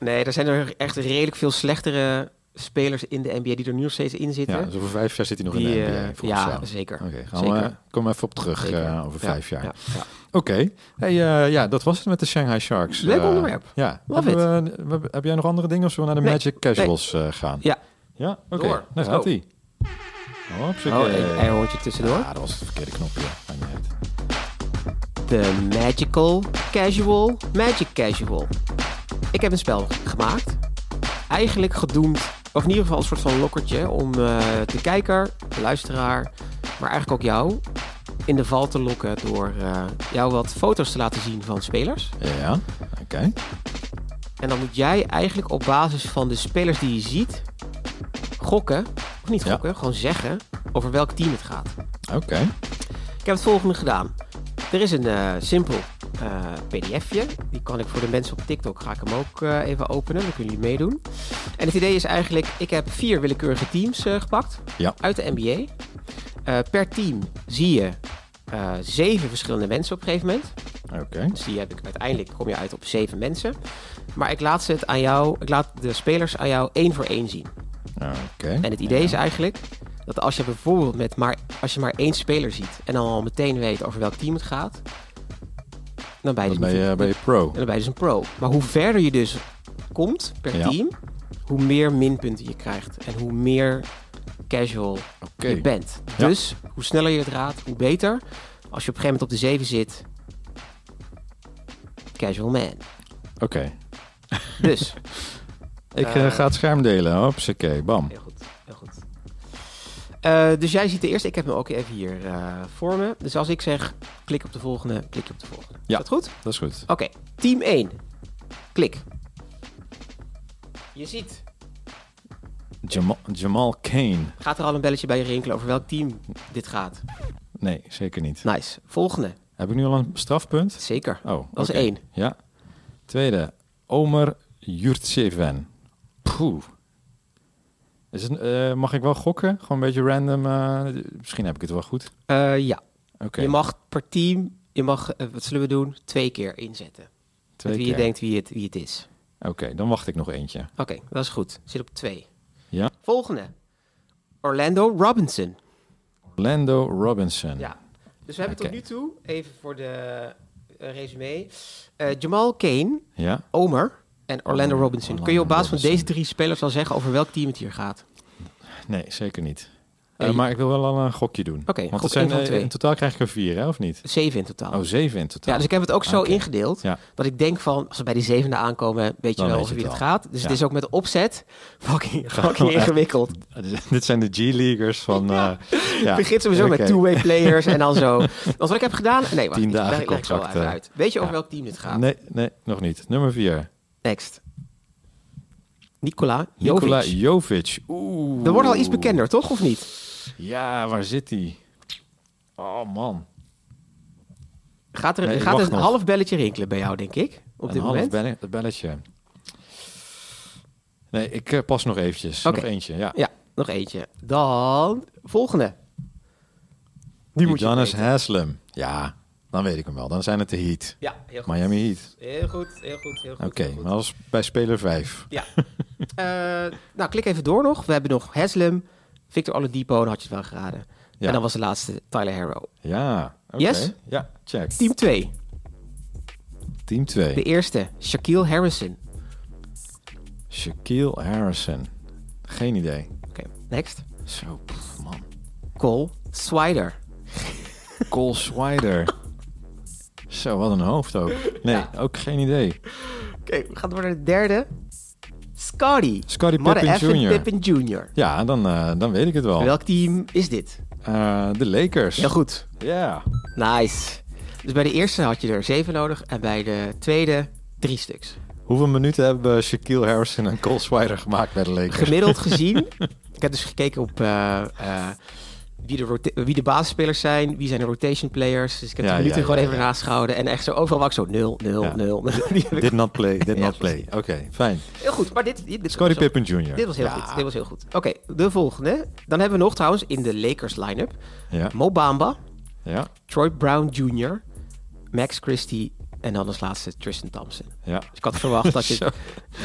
S2: nee, er zijn er echt redelijk veel slechtere spelers in de NBA die er nu nog steeds in zitten.
S1: ja, dus over vijf jaar zit hij nog
S2: die,
S1: in de
S2: eh,
S1: NBA, volgens
S2: ja,
S1: jou.
S2: zeker.
S1: Oké, gaan we,
S2: Zeker.
S1: kom even op terug
S2: Zeker.
S1: eh, over
S2: Ja,
S1: vijf jaar.
S2: ja, ja.
S1: Oké, hey, eh, ja, dat was het met de Shanghai Sharks.
S2: Leuk
S1: Eh,
S2: onderwerp.
S1: Ja.
S2: Love
S1: Hebben we- we- heb jij nog andere dingen of zullen we naar de
S2: Nee,
S1: Magic Casuals eh, gaan?
S2: Ja.
S1: Ja, oké,
S2: Door.
S1: daar
S2: Let's
S1: gaat
S2: go.
S1: hij. Hopsakee.
S2: Oh, een airhondje tussendoor.
S1: Ah, dat was de verkeerde knop, ja. Maakt niet uit.
S2: De Magical Casual Magic Casual. Ik heb een spel gemaakt. Eigenlijk gedoemd, of in ieder geval een soort van lokkertje om eh, de kijker, de luisteraar, maar eigenlijk ook jou in de val te lokken door eh, jou wat foto's te laten zien van spelers.
S1: Ja, oké.
S2: En dan moet jij eigenlijk op basis van de spelers die je ziet gokken, of niet
S1: Ja.
S2: gokken, gewoon zeggen over welk team het gaat.
S1: Oké,
S2: Ik heb het volgende gedaan. Er is een eh, simpel eh, pdfje. Die kan ik voor de mensen op TikTok, ga ik hem ook eh, even openen. Dan kunnen jullie meedoen. En het idee is eigenlijk, ik heb vier willekeurige teams eh, gepakt
S1: Ja.
S2: uit de NBA. Eh, per team zie je eh, zeven verschillende mensen op een gegeven moment.
S1: oké.
S2: Dus die heb ik uiteindelijk kom je uit op zeven mensen. Maar ik laat ze het aan jou, ik laat de spelers aan jou één voor één zien.
S1: Oké.
S2: En het idee is eigenlijk dat als je bijvoorbeeld met maar als je maar één speler ziet en dan al meteen weet over welk team het gaat, dan ben je,
S1: Dan
S2: dus
S1: ben je,
S2: niet-
S1: ben je pro.
S2: dan ben je dus een pro. Maar hoe verder je dus komt per
S1: Ja.
S2: team, hoe meer minpunten je krijgt en hoe meer casual
S1: Oké.
S2: je bent.
S1: Ja.
S2: Dus hoe sneller je het raadt, hoe beter. Als je op een gegeven moment op de 7 zit, casual man.
S1: Oké.
S2: Dus.
S1: Ik
S2: Eh,
S1: eh, ga het scherm delen. Hopsakee, bam.
S2: Heel goed, heel goed. Eh, dus jij ziet de eerste. Ik heb hem ook even hier eh, voor me. Dus als ik zeg, klik op de volgende, klik je op de volgende.
S1: Ja.
S2: Is dat goed?
S1: Dat is goed.
S2: Oké, team 1. Klik. Je ziet.
S1: Jamal, Jamal Kane.
S2: Gaat er al een belletje bij je rinkelen over welk team dit gaat?
S1: Nee, zeker niet.
S2: Nice. Volgende.
S1: Heb ik nu al een strafpunt?
S2: Zeker.
S1: Oh,
S2: Dat is
S1: oké.
S2: één.
S1: Ja. Tweede, Omer Jurtseven. Poeh. Is het, eh, mag ik wel gokken? Gewoon een beetje random. eh, misschien heb ik het wel goed.
S2: Eh, ja.
S1: Oké.
S2: Je mag per team, je mag, eh, wat zullen we doen? Twee keer inzetten.
S1: twee
S2: met wie
S1: keer.
S2: je denkt wie het, wie het is.
S1: Oké, dan wacht ik nog eentje.
S2: Oké, dat is goed. Zit op twee.
S1: Ja.
S2: Volgende. Orlando Robinson.
S1: Orlando Robinson.
S2: Ja. Dus we hebben
S1: Oké.
S2: tot nu toe, even voor de eh, resume, eh, Jamal Kane,
S1: Ja?
S2: Omer en Orlando
S1: Omer,
S2: Robinson.
S1: Orlando
S2: Kun je op basis van
S1: Robinson.
S2: deze drie spelers al zeggen over welk team het hier gaat?
S1: Nee, zeker niet. Eh, maar ik wil wel al een gokje doen.
S2: Oké,
S1: Want
S2: gok
S1: het zijn,
S2: één van
S1: eh,
S2: twee.
S1: in totaal krijg ik er vier, hè, of niet?
S2: Zeven in totaal.
S1: Oh, zeven in totaal.
S2: Ja, dus ik heb het ook zo
S1: Oké.
S2: ingedeeld.
S1: Ja.
S2: Dat ik denk van, als we bij die zevende aankomen, weet je
S1: Dan
S2: wel
S1: weet
S2: over
S1: je
S2: wie
S1: het
S2: het
S1: wel.
S2: gaat. Dus
S1: Ja.
S2: het is ook met opzet fucking, fucking
S1: Gewoon echt.
S2: ingewikkeld.
S1: Dus Dit zijn de G-leaguers van...
S2: dus- Ja.
S1: eh, ja.
S2: Het begint sowieso
S1: Oké.
S2: met two-way players en dan zo. Want wat ik heb gedaan... Nee, wacht,
S1: Tien
S2: ik leg-
S1: dagen
S2: leg ik zo wel even
S1: contract, eh.
S2: uit. Weet je over
S1: Ja.
S2: welk team dit gaat?
S1: Nee, nee, nog niet. Nummer vier.
S2: Next. Nicola Jovic.
S1: Nikola Jovic. Oeh.
S2: Er wordt al iets bekender, toch? Of niet?
S1: Ja, waar zit hij? Oh man.
S2: Gaat er,
S1: Nee,
S2: gaat
S1: wacht
S2: er een
S1: nog.
S2: half belletje rinkelen bij jou, denk ik. Op dit
S1: een
S2: moment.
S1: half belle- belletje. Nee, ik eh, pas nog eventjes.
S2: Oké.
S1: Nog eentje, ja.
S2: Ja, nog eentje. Dan volgende. Die moet je
S1: Udonis
S2: weten.
S1: Haslem. Ja, dan weet ik hem wel. Dan zijn het de Heat.
S2: Ja, heel goed.
S1: Miami Heat.
S2: Heel goed, heel goed, heel goed.
S1: Oké,
S2: heel goed.
S1: maar als bij speler 5.
S2: Ja. Eh, nou, klik even door nog. We hebben nog Haslem, Victor Oladipo, dan had je het wel geraden.
S1: Ja.
S2: En dan was de laatste Tyler Harrow.
S1: Ja, oké.
S2: Yes?
S1: Ja, check.
S2: Team 2,
S1: Team 2.
S2: de eerste, Shaquille Harrison.
S1: Shaquille Harrison. Geen idee.
S2: Oké, next.
S1: Zo, pff, man.
S2: Cole Swider.
S1: Cole Swider. Zo, wat een hoofd ook. Nee, ook geen idee.
S2: Oké, we gaan door naar de derde. Scotty.
S1: Scottie
S2: Mother
S1: Pippen
S2: effing
S1: Jr..
S2: Pippen Jr.
S1: Ja, dan, eh, dan weet ik het wel.
S2: Welk team is dit?
S1: Eh, de Lakers.
S2: Heel goed.
S1: Ja.
S2: Nice. Dus bij de eerste had je er zeven nodig en bij de tweede drie stuks.
S1: Hoeveel minuten hebben Shaquille Harrison en Cole Swider gemaakt bij de Lakers?
S2: Gemiddeld gezien, ik heb dus gekeken op eh, eh, wie, de rota- wie de basisspelers zijn, wie zijn de rotation players. Dus ik heb
S1: Ja,
S2: de minuten
S1: ja,
S2: gewoon
S1: ja,
S2: even
S1: ja.
S2: naast gehouden en echt zo overal was ik zo 0, 0,
S1: Ja.
S2: 0. Die heb ik-
S1: Did not play, did
S2: Ja,
S1: not play. Oké, fijn.
S2: Heel goed, maar dit, dit, dit
S1: Scottie
S2: was wel-
S1: Pippen Jr.
S2: Dit was heel
S1: Ja.
S2: goed, dit was heel goed. Oké, de volgende. Dan hebben we nog trouwens in de Lakers line-up
S1: Ja,
S2: Mo Bamba,
S1: ja,
S2: Troy Brown Jr., Max Christie en dan als laatste Tristan Thompson.
S1: ja.
S2: Dus ik had verwacht dat je,
S1: Zo.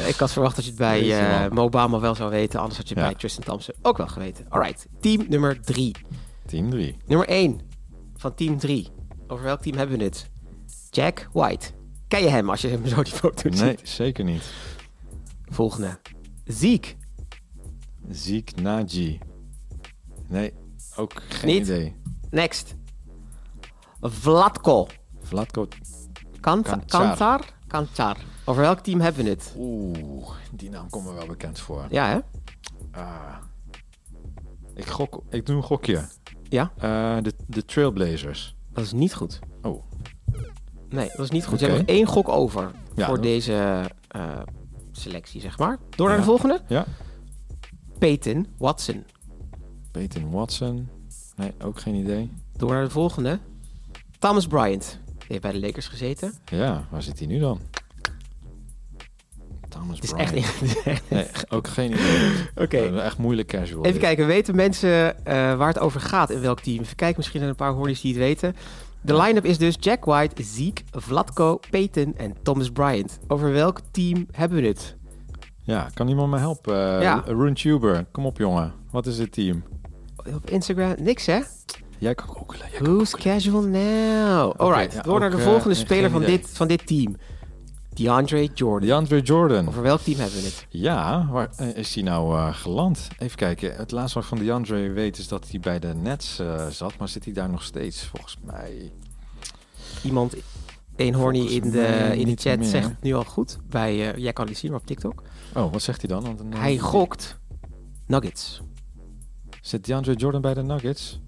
S2: ik had verwacht dat je het bij
S1: Jeetje,
S2: eh
S1: man.
S2: Mo Bamba wel zou weten. Anders had je het
S1: Ja.
S2: bij Tristan Thompson ook wel geweten. Alright, team nummer 3.
S1: Team 3.
S2: Nummer 1 van team 3. Over welk team hebben we het? Jack White. Ken je hem als je hem zo die foto ziet?
S1: Nee, zeker niet.
S2: Volgende. Zeke.
S1: Ziek Naji. Nee, ook geen
S2: Niet?
S1: idee.
S2: Next. Vlatko.
S1: Vlatko.
S2: Kantar.
S1: Kantar.
S2: Kantar. Kantar. Over welk team hebben we het?
S1: Oeh, die naam komt me wel bekend voor.
S2: Ja, hè?
S1: Ah. Ik, gok, ik doe een gokje.
S2: Ja,
S1: Eh, de, de Trailblazers.
S2: dat is niet goed.
S1: Oh,
S2: Nee, dat is niet goed.
S1: Oké.
S2: Ze hebben nog één gok over
S1: Ja,
S2: voor
S1: dan-
S2: deze eh, selectie, zeg maar. Door naar
S1: Ja.
S2: de volgende.
S1: ja.
S2: Peyton Watson.
S1: Peyton Watson. Nee, ook geen idee.
S2: Door naar de volgende. Thomas Bryant. Die heeft bij de Lakers gezeten.
S1: Ja, waar zit hij nu dan? Thomas
S2: Het is
S1: Bryant.
S2: echt... echt-
S1: Nee, ook geen idee.
S2: Oké.
S1: Eh, Echt moeilijk casual.
S2: Even
S1: dit.
S2: kijken, weten mensen eh, waar het over gaat in welk team? Even kijken, misschien zijn er een paar hoorders die het weten. De line-up is dus Jack White, Zeke, Vlatko, Peyton en Thomas Bryant. Over welk team hebben we het?
S1: Ja, kan iemand me helpen? Eh,
S2: Ja.
S1: Run Tuber, kom op jongen. Wat is dit team?
S2: Op Instagram? Niks, hè?
S1: Jij kan googelen. jij kan
S2: Who's
S1: googelen.
S2: casual now? Alright,
S1: ja,
S2: door naar
S1: ook,
S2: de
S1: eh,
S2: volgende
S1: geen
S2: speler van
S1: idee.
S2: dit, van dit team. DeAndre Jordan.
S1: DeAndre Jordan.
S2: Over welk team hebben we het?
S1: Ja, waar eh, is hij nou eh, geland? Even kijken. Het laatste wat ik van DeAndre weet is dat hij bij de Nets eh, zat. Maar zit hij daar nog steeds? Volgens mij.
S2: Iemand, een horny
S1: Volgens
S2: in de,
S1: mij
S2: in de
S1: niet
S2: chat,
S1: meer.
S2: zegt het nu al goed. Bij, eh, jij kan het zien, maar op TikTok.
S1: Oh, wat zegt hij dan? Want dan-
S2: Hij gokt Nuggets.
S1: Zit DeAndre Jordan bij de Nuggets?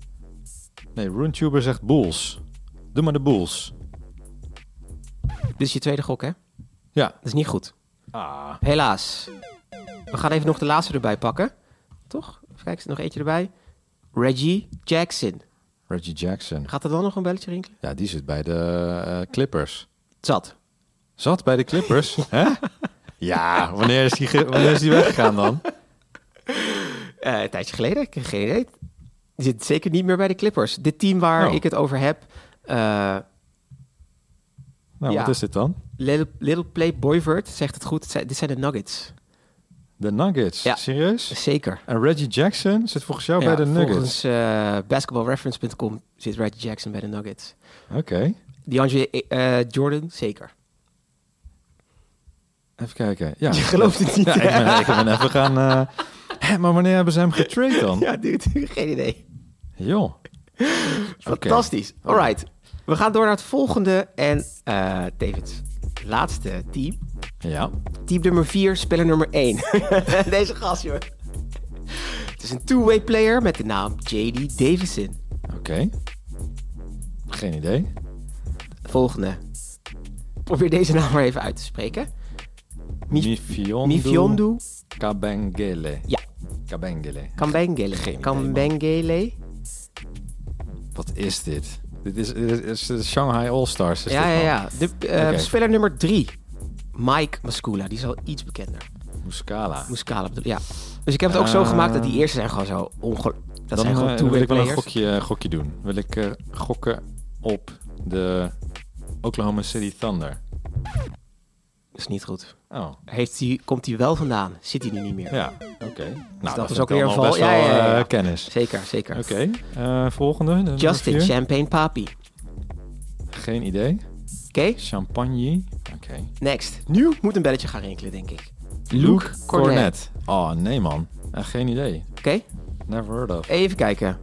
S1: Nee, Runtuber zegt Bulls. Doe maar de Bulls.
S2: Dit is je tweede gok, hè?
S1: Ja.
S2: Dat is niet goed.
S1: Ah.
S2: Helaas. We gaan even nog de laatste erbij pakken. Toch? Even kijken, er nog eentje erbij. Reggie Jackson.
S1: Reggie Jackson.
S2: Gaat er dan nog een belletje rinkelen?
S1: Ja, die zit bij de eh, Clippers.
S2: Zat.
S1: Zat bij de Clippers, hè? Ja, wanneer is die, ge- wanneer is die weggegaan dan?
S2: Eh, een tijdje geleden, ik heb geen idee. Die zit zeker niet meer bij de Clippers. Dit team waar
S1: Oh.
S2: ik het over heb. eh,
S1: Nou,
S2: Ja.
S1: wat is dit dan?
S2: Little, Little Play Boyvert zegt het goed. Het zijn- dit zijn de Nuggets.
S1: De Nuggets.
S2: Ja.
S1: Serieus?
S2: Zeker.
S1: En Reggie Jackson zit volgens jou
S2: Ja,
S1: Oh, bij de Nuggets.
S2: Volgens eh, basketballreference.com zit Reggie Jackson bij de Nuggets.
S1: Oké.
S2: DeAndre eh, Jordan, zeker.
S1: Even kijken. Ja.
S2: Je gelooft het niet,
S1: Ja, ik ben, ik ben even gaan... eh, Hè, maar wanneer hebben ze hem getrade dan?
S2: Ja, dude, geen idee.
S1: Joh.
S2: Fantastisch. Alright. We gaan door naar het volgende. En eh David, laatste team.
S1: Ja.
S2: Team nummer 4, speler nummer 1. Deze gast, joh. Het is een two-way player met de naam JD Davison.
S1: Oké. Geen idee.
S2: Volgende. Probeer deze naam maar even uit te spreken. Mif-
S1: Mifiondu.
S2: Mifiondu.
S1: Kabengele.
S2: Ja,
S1: Kabengele.
S2: Kambengele.
S1: idee,
S2: Kambengele.
S1: Wat is dit? Dit is, dit is, dit is de Shanghai All-Stars. is
S2: Ja,
S1: dit
S2: ja,
S1: man.
S2: ja. De, eh,
S1: Oké.
S2: Speler nummer 3. Mike Muscula. Die is al iets bekender.
S1: Muscala.
S2: Muscala bedoel ja. Dus ik heb het ook zo
S1: Eh,
S2: gemaakt dat die eerste zijn gewoon zo onge... Dat
S1: dan
S2: zijn gewoon
S1: eh,
S2: two-way
S1: wil ik wel een
S2: players.
S1: gokje, gokje doen. Wil ik eh, gokken op de Oklahoma City Thunder.
S2: Dat is niet goed.
S1: Oh,
S2: Heeft die, komt hij wel vandaan? Zit hij nu niet meer?
S1: ja. Oké. Nou,
S2: Dus dat
S1: vind
S2: is
S1: ik
S2: ook weer
S1: dan
S2: een
S1: al
S2: val.
S1: best
S2: Ja,
S1: wel,
S2: ja, ja, ja.
S1: eh, kennis.
S2: Zeker, zeker.
S1: Oké, eh, volgende. de nummer
S2: Justin,
S1: vier.
S2: Champagne Papi. Oké,
S1: Geen idee. Champagne. Oké.
S2: next. Nu moet een belletje gaan rinkelen, denk ik.
S1: Luke
S2: Cornet.
S1: Cornet. Oh, nee man. Eh, geen idee.
S2: Oké,
S1: Never heard of.
S2: even kijken.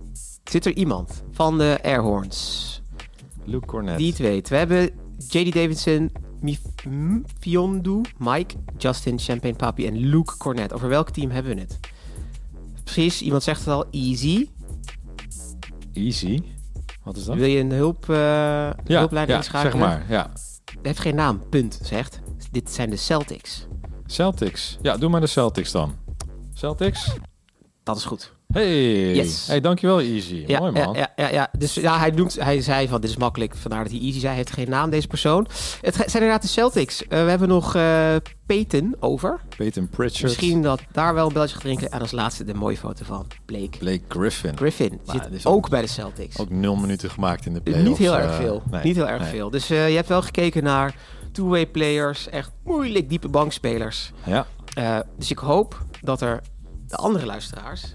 S2: Zit er iemand van de Airhorns
S1: Luke Cornet.
S2: die het weet? We hebben JD Davidson, Mif- M- Fiondu, Mike, Justin, Champagne Papi en Luke Cornet. Over welk team hebben we het? Precies, iemand zegt het al, easy.
S1: Easy. Wat is dat?
S2: Wil je een hulp, eh hulplijn
S1: ja
S2: inschakelen?
S1: zeg maar. Ja.
S2: Het heeft geen naam, punt, zegt. Dit zijn de Celtics.
S1: Celtics. Ja, doe maar de Celtics dan. Celtics.
S2: Dat is goed.
S1: Hey.
S2: Yes.
S1: Hey, dankjewel Easy.
S2: Ja,
S1: Mooi man.
S2: Ja, ja, ja, ja. Dus ja, hij, noemt, hij zei van dit is makkelijk, vandaar dat hij easy zei. Hij heeft geen naam, deze persoon. Het ge- zijn inderdaad de Celtics. Eh, we hebben nog eh Peyton over.
S1: Peyton Pritchard.
S2: Misschien dat daar wel een belletje gaat drinken. En als laatste de mooie foto van Blake
S1: Blake Griffin.
S2: Griffin.
S1: Maar dit
S2: zit
S1: is
S2: ook,
S1: ook-
S2: bij de Celtics.
S1: dus- Ook nul minuten gemaakt in de playoffs.
S2: Niet heel
S1: eh,
S2: erg veel.
S1: nee,
S2: Niet heel erg
S1: nee.
S2: veel. Dus eh, je hebt wel gekeken naar two-way players. Echt moeilijk diepe bankspelers.
S1: Ja.
S2: Eh, dus ik hoop dat er de andere luisteraars,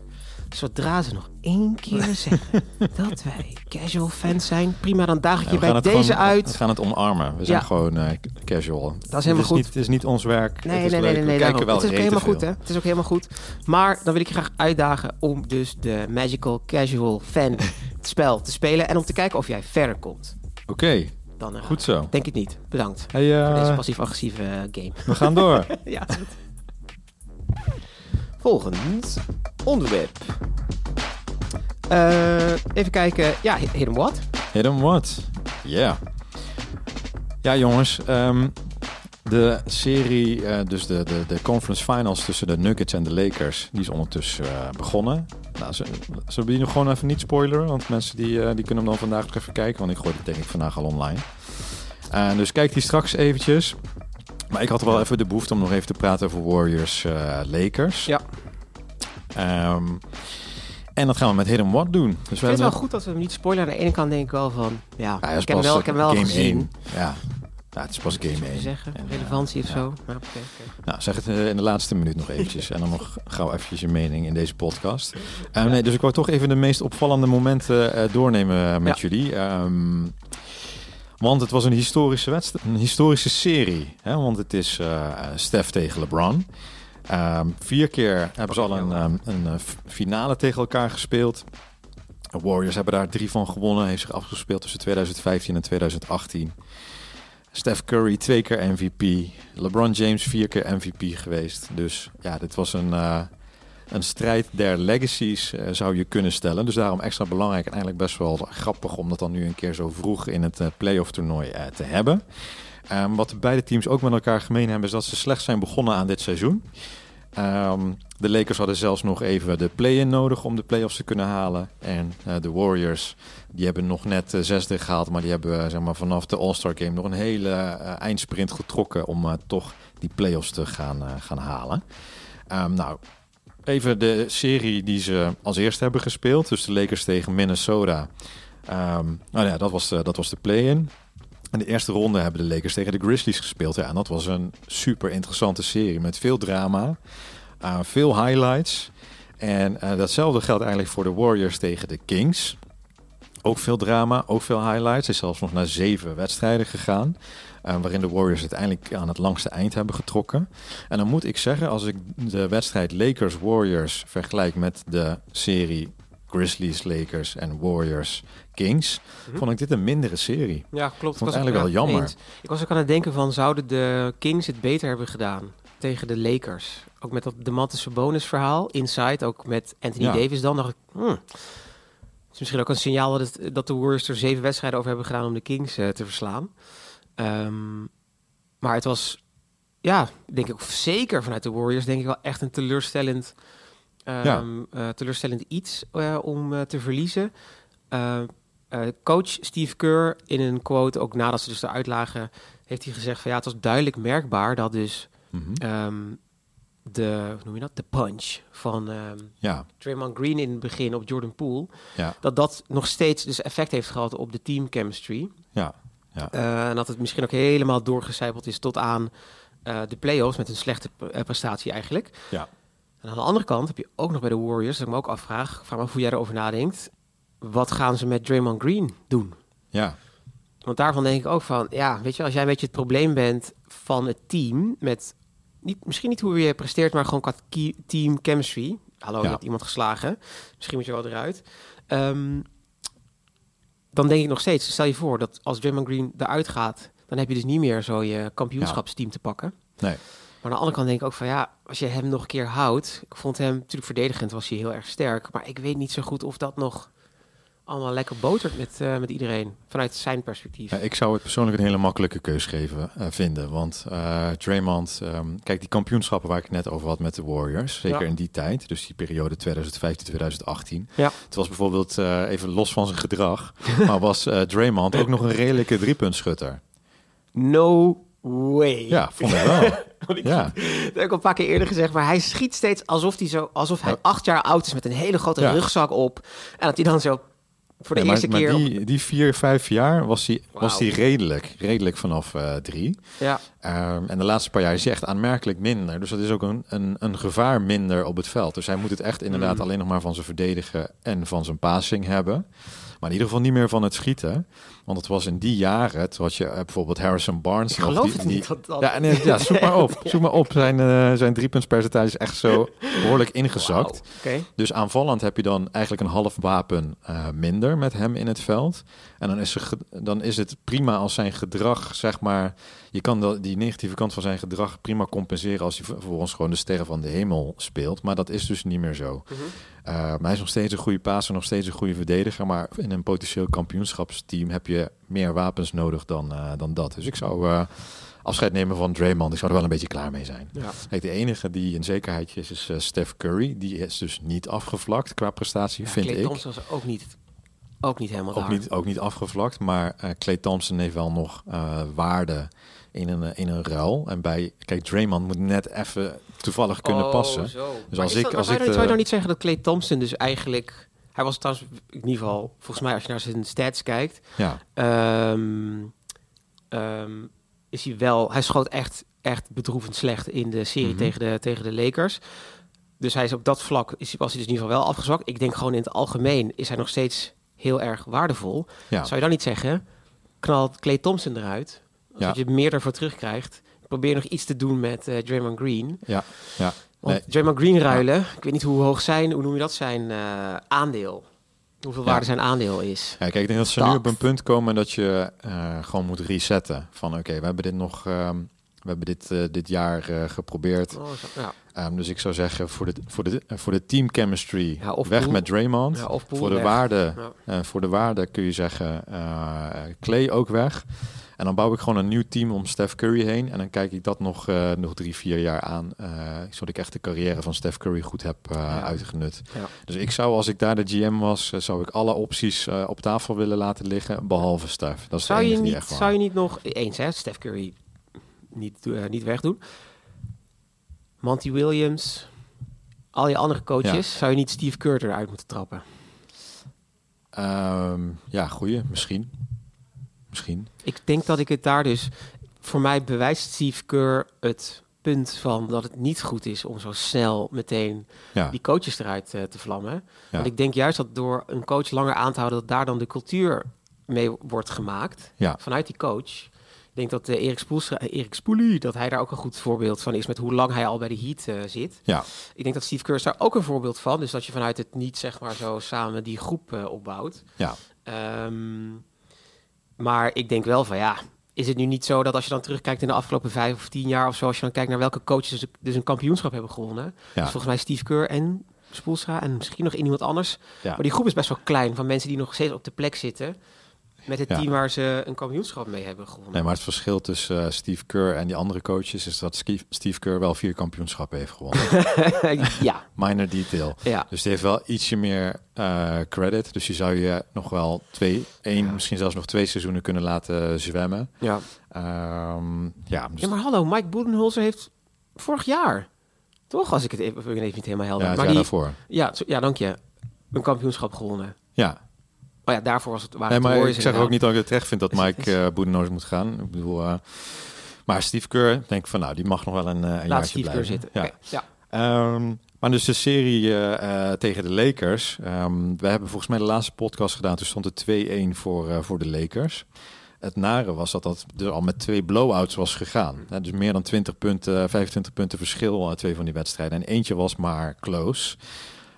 S2: zodra ze nog één keer zeggen dat wij casual fans zijn, prima, dan daag ik
S1: Ja,
S2: je
S1: we gaan
S2: bij
S1: het
S2: deze
S1: gewoon- We
S2: uit.
S1: gaan het omarmen. We zijn
S2: Ja.
S1: gewoon eh, c- casual. Dat
S2: helemaal goed.
S1: Niet, het is niet ons werk.
S2: Nee,
S1: het
S2: nee,
S1: is leuk.
S2: nee, nee, nee.
S1: We
S2: daarom.
S1: kijken wel
S2: het is ook
S1: rete
S2: helemaal goed, hè?
S1: veel.
S2: Het is ook helemaal goed. Maar dan wil ik je graag uitdagen om dus de Magical Casual Fan het spel te spelen en om te kijken of jij verder komt.
S1: Oké,
S2: Dan eh,
S1: goed zo.
S2: Denk het niet. Bedankt
S1: Hey, eh,
S2: voor deze passief-agressieve eh, game.
S1: we gaan door.
S2: Ja, is goed. Volgend onderwerp. Eh, even kijken. Ja, hit hit 'em what?
S1: Hit 'em what? Yeah. Ja, jongens. ehm, de serie, eh, dus de, de, de conference finals tussen de Nuggets en de Lakers, die is ondertussen eh, begonnen. Nou, ze- zullen we die nog gewoon even niet spoileren? Want mensen die, eh, die kunnen hem dan vandaag nog even kijken, want ik gooi het denk ik vandaag al online. Eh, dus kijk die straks eventjes. Maar ik had wel even de behoefte om nog even te praten over Warriors eh, Lakers.
S2: Ja.
S1: Ehm, en dat gaan we met Hidden What doen. Dus
S2: Ik vind het wel goed dat we hem niet spoileren. Aan de ene kant denk ik wel van... Ja,
S1: ja, het is
S2: ik heb hem
S1: pas eh,
S2: wel, ik heb hem wel
S1: game
S2: gezien.
S1: 1. Ja. ja, het is pas game 1.
S2: Even zeggen,
S1: En,
S2: relevantie of
S1: ja.
S2: zo. Maar oké, oké.
S1: Nou, zeg het eh, in de laatste minuut nog eventjes. En dan nog gauw eventjes je mening in deze podcast. Eh, nee, dus ik wou toch even de meest opvallende momenten eh, doornemen eh, met jullie. Ehm, want het was een historische, wedst- een historische serie. Hè? Want het is eh, Stef tegen LeBron. Ehm, vier keer hebben ze al een, ehm, een eh, f- finale tegen elkaar gespeeld. De Warriors hebben daar drie van gewonnen. Heeft zich afgespeeld tussen 2015 en 2018. Steph Curry twee keer MVP. LeBron James vier keer MVP geweest. Dus ja, dit was een, eh, een strijd der legacies, eh, zou je kunnen stellen. Dus daarom extra belangrijk en eigenlijk best wel grappig om dat dan nu een keer zo vroeg in het eh, playoff toernooi eh, te hebben. Ehm, wat beide teams ook met elkaar gemeen hebben, is dat ze slecht zijn begonnen aan dit seizoen. Ehm, de Lakers hadden zelfs nog even de play-in nodig om de playoffs te kunnen halen. En eh, de Warriors, die hebben nog net eh, zesde gehaald, maar die hebben eh, zeg maar, vanaf de All-Star Game nog een hele eh, eindsprint getrokken om eh, toch die playoffs te gaan, eh, gaan halen. Ehm, nou, even de serie die ze als eerste hebben gespeeld. Dus de Lakers tegen Minnesota. Ehm, nou ja, dat was de, dat was de play-in. In de eerste ronde hebben de Lakers tegen de Grizzlies gespeeld. Ja, en dat was een super interessante serie met veel drama, eh, veel highlights. En eh, datzelfde geldt eigenlijk voor de Warriors tegen de Kings. Ook veel drama, ook veel highlights. Is zelfs nog naar zeven wedstrijden gegaan. eh, waarin de Warriors uiteindelijk aan het langste eind hebben getrokken. En dan moet ik zeggen, als ik de wedstrijd Lakers-Warriors vergelijk met de serie Grizzlies-Lakers en Warriors-Kings,
S2: Mhm.
S1: vond ik dit een mindere serie.
S2: Ja, klopt.
S1: Vond
S2: was
S1: ik eigenlijk wel jammer.
S2: Ik was ook aan het denken van, zouden de Kings het beter hebben gedaan tegen de Lakers? Ook met dat demantische bonusverhaal, Inside, ook met Anthony
S1: Ja.
S2: Davis dan, dacht ik, hmm. Het is misschien ook een signaal dat, het- dat de Warriors er zeven wedstrijden over hebben gedaan om de Kings eh, te verslaan. Ehm, maar het was, ja, denk ik zeker vanuit de Warriors, denk ik wel echt een teleurstellend, ehm,
S1: Ja.
S2: eh, teleurstellend iets eh, om eh, te verliezen. Eh, eh, coach Steve Kerr in een quote, ook nadat ze dus eruit lagen, heeft hij gezegd van ja, het was duidelijk merkbaar dat dus
S1: Mhm.
S2: ehm, de, hoe noem je dat, de punch van ehm
S1: Ja,
S2: Draymond Green in het begin op Jordan Poole,
S1: ja,
S2: dat dat nog steeds dus effect heeft gehad op de team chemistry.
S1: ja.
S2: Eh, en dat het misschien ook helemaal doorgecijpeld is tot aan eh, de play-offs met een slechte p- eh, prestatie eigenlijk.
S1: Ja.
S2: En aan de andere kant heb je ook nog bij de Warriors, dat ik me ook afvraag, ik vraag me af hoe jij erover nadenkt. Wat gaan ze met Draymond Green doen?
S1: ja.
S2: Want daarvan denk ik ook van, ja, weet je, als jij een beetje het probleem bent van het team met niet, misschien niet hoe je presteert, maar gewoon qua key- team chemistry. Hallo,
S1: Ja.
S2: je hebt iemand geslagen. Misschien moet je wel eruit. Ehm, dan denk ik nog steeds, stel je voor dat als Draymond Green eruit gaat, dan heb je dus niet meer zo je kampioenschapsteam te pakken.
S1: Nee.
S2: Maar aan de andere kant denk ik ook van ja, als je hem nog een keer houdt. Ik vond hem natuurlijk verdedigend, was hij heel erg sterk. Maar ik weet niet zo goed of dat nog allemaal lekker botert met, eh, met iedereen. Vanuit zijn perspectief.
S1: Ja, ik zou het persoonlijk een hele makkelijke keus geven, eh, vinden. Want eh Draymond, ehm, kijk, die kampioenschappen waar ik het net over had met de Warriors, zeker
S2: Ja.
S1: in die tijd, dus die periode 2015-2018.
S2: Ja.
S1: Het was bijvoorbeeld, eh, even los van zijn gedrag, maar was eh, Draymond ook nog een redelijke driepuntschutter.
S2: No way.
S1: Ja, vond ik wel.
S2: Want ik-
S1: Ja,
S2: Dat heb ik al een paar keer eerder gezegd, maar hij schiet steeds alsof hij, zo, alsof hij
S1: Ja.
S2: acht jaar oud is met een hele grote
S1: Ja.
S2: rugzak op. En dat hij dan zo voor de
S1: Nee, maar,
S2: eerste
S1: maar
S2: keer... op-
S1: die, die vier, vijf jaar was hij was
S2: Wauw.
S1: die redelijk, redelijk vanaf eh, drie.
S2: Ja,
S1: Ehm, en de laatste paar jaar is hij echt aanmerkelijk minder. Dus dat is ook een, een, een gevaar minder op het veld. Dus hij moet het echt inderdaad
S2: Mm.
S1: alleen nog maar van zijn verdedigen en van zijn passing hebben. Maar in ieder geval niet meer van het schieten. Want het was in die jaren, toen had je eh, bijvoorbeeld Harrison Barnes.
S2: ik
S1: nog,
S2: geloof
S1: die-
S2: het
S1: die-
S2: niet. Dat, dat-
S1: Ja, nee, ja, zoek maar op. Zoek maar op. Zijn, eh zijn driepuntspercentage is echt zo behoorlijk ingezakt.
S2: Wauw, Oké.
S1: Dus aanvallend heb je dan eigenlijk een half wapen eh, minder met hem in het veld. En dan is, ze ge- dan is het prima als zijn gedrag, zeg maar... Je kan dat- die negatieve kant van zijn gedrag prima compenseren... als hij ver- vervolgens gewoon de sterren van de hemel speelt. Maar dat is dus niet meer zo.
S2: Mhm.
S1: Eh, maar hij is nog steeds een goede passer, nog steeds een goede verdediger. Maar in een potentieel kampioenschapsteam heb je meer wapens nodig dan, eh, dan dat. Dus ik zou eh, afscheid nemen van Draymond. Ik zou er wel een beetje klaar mee zijn.
S2: Ja.
S1: Kijk, de enige die in zekerheid is, is eh, Steph Curry. Die is dus niet afgevlakt qua prestatie,
S2: Ja,
S1: vind
S2: Klay
S1: ik.
S2: Thompson was ook niet, ook niet helemaal
S1: Ook
S2: daar.
S1: niet, ook niet afgevlakt, maar eh Clay Thompson heeft wel nog eh, waarde in een, eh, in een ruil. En bij, kijk, Draymond moet net even toevallig kunnen
S2: Oh,
S1: passen. Dus
S2: Zo. Maar
S1: als
S2: is
S1: ik-
S2: dat-
S1: als
S2: maar zou,
S1: ik eh,
S2: je-
S1: de-
S2: zou je nou niet zeggen dat Clay Thompson dus eigenlijk... Hij was trouwens, in ieder geval, volgens mij als je naar zijn stats kijkt...
S1: Ja,
S2: Ehm, ehm, is hij wel. Hij schoot echt, echt bedroevend slecht in de serie
S1: Mhm.
S2: tegen, de, tegen de Lakers. Dus hij is op dat vlak is, was hij dus in ieder geval wel afgezwakt. Ik denk gewoon in het algemeen is hij nog steeds heel erg waardevol.
S1: ja.
S2: Zou je dan niet zeggen, knalt Clay Thompson eruit,
S1: Ja.
S2: zodat je meer daarvoor terugkrijgt. Probeer nog iets te doen met eh, Draymond Green.
S1: Ja, ja.
S2: Want
S1: Nee.
S2: Draymond Green ruilen, ik weet niet hoe hoog zijn, hoe noem je dat, zijn eh, aandeel. Hoeveel
S1: Ja.
S2: waarde zijn aandeel is.
S1: Ja, kijk, ik denk dat ze
S2: Dat.
S1: nu op een punt komen dat je eh, gewoon moet resetten. Van oké, we hebben dit nog, ehm, we hebben dit, eh, dit jaar eh, geprobeerd.
S2: Oh, zo, ja.
S1: Ehm, dus ik zou zeggen, voor de, voor de, eh, voor de team chemistry,
S2: Ja, of
S1: weg
S2: Poel.
S1: met Draymond.
S2: Ja, of Poel
S1: voor, de
S2: weg.
S1: waarde,
S2: Ja.
S1: eh, voor de waarde kun je zeggen, eh Clay ook weg. En dan bouw ik gewoon een nieuw team om Steph Curry heen. En dan kijk ik dat nog, eh, nog drie, vier jaar aan. eh, zodat ik echt de carrière van Steph Curry goed heb eh,
S2: Ja.
S1: uitgenut.
S2: Ja.
S1: Dus ik zou, als ik daar de GM was, eh, zou ik alle opties eh, op tafel willen laten liggen. Behalve Steph. Dat is
S2: Zou
S1: de
S2: je,
S1: enige die
S2: niet,
S1: echt waar-
S2: zou je niet nog eens, hè, Steph Curry niet, eh, niet wegdoen? Monty Williams, al je andere coaches, zou je niet Steve Kerr eruit moeten trappen?
S1: Ehm, ja, goeie. Misschien. Misschien.
S2: Ik denk dat ik het daar dus. Voor mij bewijst Steve Kerr het punt van dat het niet goed is om zo snel meteen
S1: Ja.
S2: die coaches eruit eh, te vlammen.
S1: Ja.
S2: Want ik denk juist dat door een coach langer aan te houden, dat daar dan de cultuur mee wordt gemaakt.
S1: Ja.
S2: Vanuit die coach. Ik denk dat eh, Erik, Spoelstra, eh, Erik Spoelie, dat hij daar ook een goed voorbeeld van is met hoe lang hij al bij de Heat eh, zit.
S1: ja,
S2: Ik denk dat Steve Kerr is daar ook een voorbeeld van. Dus dat je vanuit het niet zeg maar zo samen die groep eh, opbouwt.
S1: ja.
S2: Ehm, maar ik denk wel van ja, is het nu niet zo dat als je dan terugkijkt in de afgelopen vijf of tien jaar of zo, als je dan kijkt naar welke coaches de- dus een kampioenschap hebben gewonnen. Dus volgens mij Steve Kerr en Spoelstra en misschien nog iemand anders.
S1: Ja.
S2: Maar die groep is best wel klein van mensen die nog steeds op de plek zitten met het
S1: Ja.
S2: team waar ze een kampioenschap mee hebben gewonnen.
S1: Nee, maar het verschil tussen eh, Steve Kerr en die andere coaches is dat Ski- Steve Kerr wel vier kampioenschappen heeft gewonnen.
S2: ja,
S1: Minor detail.
S2: ja.
S1: Dus die heeft wel ietsje meer eh, credit. Dus die zou je nog wel twee, één,
S2: Ja.
S1: misschien zelfs nog twee seizoenen kunnen laten zwemmen.
S2: Ja.
S1: Ehm, ja, dus-
S2: ja, maar hallo, Mike Budenholzer heeft vorig jaar, toch? Als ik het even, ik ben even niet helemaal helder.
S1: ja, het
S2: maar
S1: jaar
S2: die,
S1: daarvoor.
S2: ja, zo- ja, dank je. Een kampioenschap gewonnen.
S1: Ja,
S2: Maar ja, daarvoor was het waar.
S1: nee,
S2: Ah, het
S1: maar
S2: Warriors
S1: ik zeg ook
S2: inderdaad.
S1: niet dat ik het terecht vind dat
S2: Is-
S1: Mike
S2: is-
S1: eh Boedenhoos moet gaan. Ik bedoel, eh, maar Steve Kerr, denk ik van nou, die mag nog wel een, eh, een
S2: Laat
S1: jaartje
S2: Steve
S1: blijven.
S2: Kerr zitten.
S1: Ja.
S2: Ja. ja.
S1: Ehm, maar dus de serie eh, eh, tegen de Lakers. Ehm, we hebben volgens mij de laatste podcast gedaan. Toen stond het 2-1 voor, eh, voor de Lakers. Het nare was dat dat er al met twee blowouts was gegaan. Hè, dus meer dan 20 punten, 25 punten verschil uit twee van die wedstrijden. En eentje was maar close.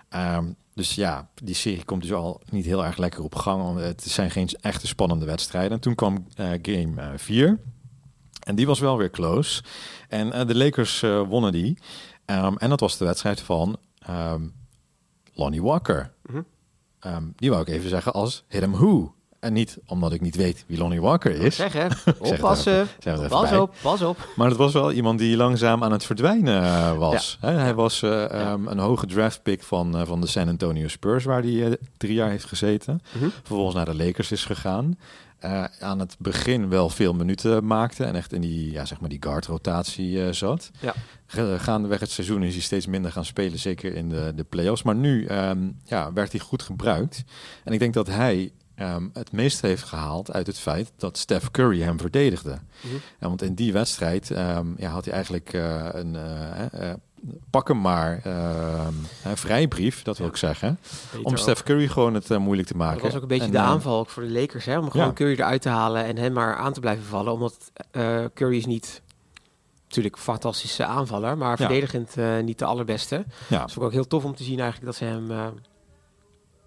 S1: Ehm, dus ja, die serie komt dus al niet heel erg lekker op gang. want Het zijn geen echte spannende wedstrijden. En toen kwam eh, game 4. en die was wel weer close. En eh, de Lakers eh, wonnen die. Ehm, en dat was de wedstrijd van ehm, Lonnie Walker.
S2: Mhm.
S1: Ehm, die wou ik even zeggen als Hit 'em Who. En niet omdat ik niet weet wie Lonnie Walker is.
S2: Zeg hè,
S1: Zijn
S2: oppassen.
S1: we er even
S2: Pas
S1: bij.
S2: op, pas op.
S1: Maar het was wel iemand die langzaam aan het verdwijnen eh, was. Hè, hij was eh, ehm, een hoge draftpick van, eh, van de San Antonio Spurs, waar hij eh, drie jaar heeft gezeten.
S2: Mhm.
S1: Vervolgens naar de Lakers is gegaan. Eh, aan het begin wel veel minuten maakte en echt in die, ja, zeg maar die guard-rotatie eh, zat.
S2: Ja.
S1: Ge- Gaandeweg het seizoen is hij steeds minder gaan spelen, zeker in de, de play-offs. Maar nu ehm, ja, werd hij goed gebruikt. En ik denk dat hij ehm, het meest heeft gehaald uit het feit dat Steph Curry hem verdedigde. Ja, want in die wedstrijd ehm, ja, had hij eigenlijk eh, een eh, eh, pak hem maar ehm, hè, vrijbrief, dat wil ik zeggen. Om Steph Curry gewoon het eh, moeilijk te maken.
S2: Dat was ook een beetje
S1: En,
S2: de
S1: eh,
S2: aanval ook voor de Lakers, hè? Om gewoon
S1: Ja.
S2: Curry eruit te halen en hem maar aan te blijven vallen. Omdat eh, Curry is niet natuurlijk een fantastische aanvaller, maar verdedigend eh, niet de allerbeste.
S1: Ja,
S2: Dat is ook heel tof om te zien eigenlijk dat ze hem eh,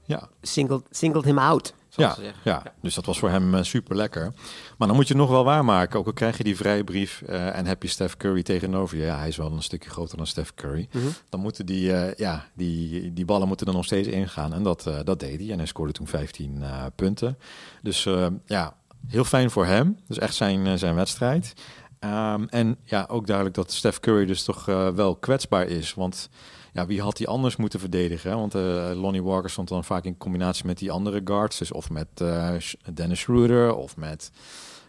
S1: ja,
S2: singled, singled him out, zoals
S1: ja,
S2: ze zeggen.
S1: ja, dus dat was voor hem super lekker. Maar dan moet je het nog wel waarmaken. Ook al krijg je die vrijbrief eh, en heb je Steph Curry tegenover je. Ja, hij is wel een stukje groter dan Steph Curry.
S2: Mhm.
S1: Dan moeten die, eh, ja, die, die ballen moeten er nog steeds ingaan. En dat, eh, dat deed hij. En hij scoorde toen 15 eh, punten. Dus eh, ja, heel fijn voor hem. Dus echt zijn, eh, zijn wedstrijd. Ehm, en ja, ook duidelijk dat Steph Curry dus toch eh, wel kwetsbaar is. Want ja, wie had die anders moeten verdedigen? hè? Want eh, Lonnie Walker stond dan vaak in combinatie met die andere guards. Dus of met eh, Sh- Dennis Schroeder of met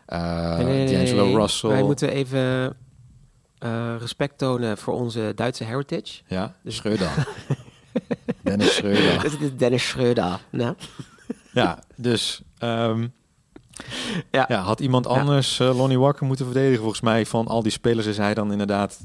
S1: eh
S2: Nee, nee, nee,
S1: D'Angelo
S2: nee.
S1: Russell.
S2: Wij moeten even eh, respect tonen voor onze Duitse heritage.
S1: Ja,
S2: Dus-
S1: Schreuder. Dennis Schreuder.
S2: Dus het is Dennis Schreuder. Nou,
S1: Ja, dus ehm, ja.
S2: Ja.
S1: had iemand
S2: Ja.
S1: anders eh, Lonnie Walker moeten verdedigen? Volgens mij van al die spelers is hij dan inderdaad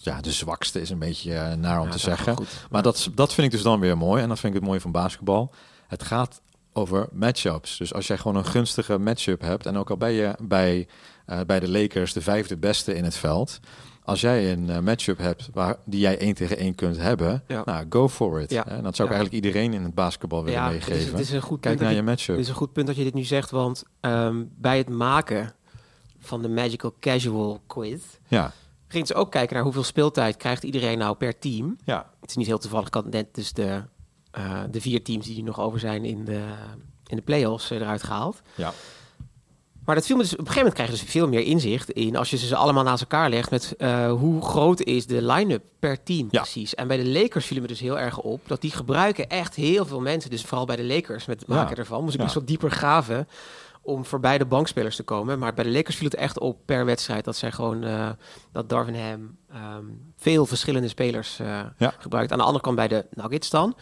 S1: ja, de zwakste is een beetje eh, naar om te zeggen. Maar dat, is- dat vind ik dus dan weer mooi. En dat vind ik het mooie van basketbal. Het gaat over matchups. Dus als jij gewoon een gunstige matchup hebt... en ook al ben je bij, eh, bij de Lakers de vijfde beste in het veld... als jij een eh, matchup hebt waar, die jij één tegen één kunt hebben...
S2: Ja.
S1: nou, go for it.
S2: Ja.
S1: En dat zou ik
S2: Ja.
S1: eigenlijk iedereen in het basketbal willen
S2: ja, het
S1: meegeven.
S2: is, het is een goed
S1: Kijk
S2: punt
S1: naar
S2: dat
S1: je matchup.
S2: Het is een goed punt dat je dit nu zegt, want ehm, bij het maken van de Magical Casual Quiz
S1: Ja,
S2: gingen ze ook kijken naar hoeveel speeltijd krijgt iedereen nou per team.
S1: ja,
S2: Het is niet heel toevallig dat net dus de, eh, de vier teams die er nog over zijn in de, in de playoffs eh, eruit gehaald.
S1: ja.
S2: Maar dat viel me dus, op een gegeven moment krijg je dus veel meer inzicht in als je ze allemaal naast elkaar legt met eh, hoe groot is de line-up per team
S1: Ja.
S2: precies. En bij de Lakers viel me dus heel erg op dat die gebruiken echt heel veel mensen. Dus vooral bij de Lakers met het
S1: Ja.
S2: maken ervan moest ik
S1: Ja.
S2: best wel dieper graven om voorbij de bankspelers te komen. Maar bij de Lakers viel het echt op per wedstrijd dat zij gewoon eh, dat Darvin Ham ehm, veel verschillende spelers eh,
S1: Ja.
S2: gebruikt. Aan de andere kant bij de Nuggets dan.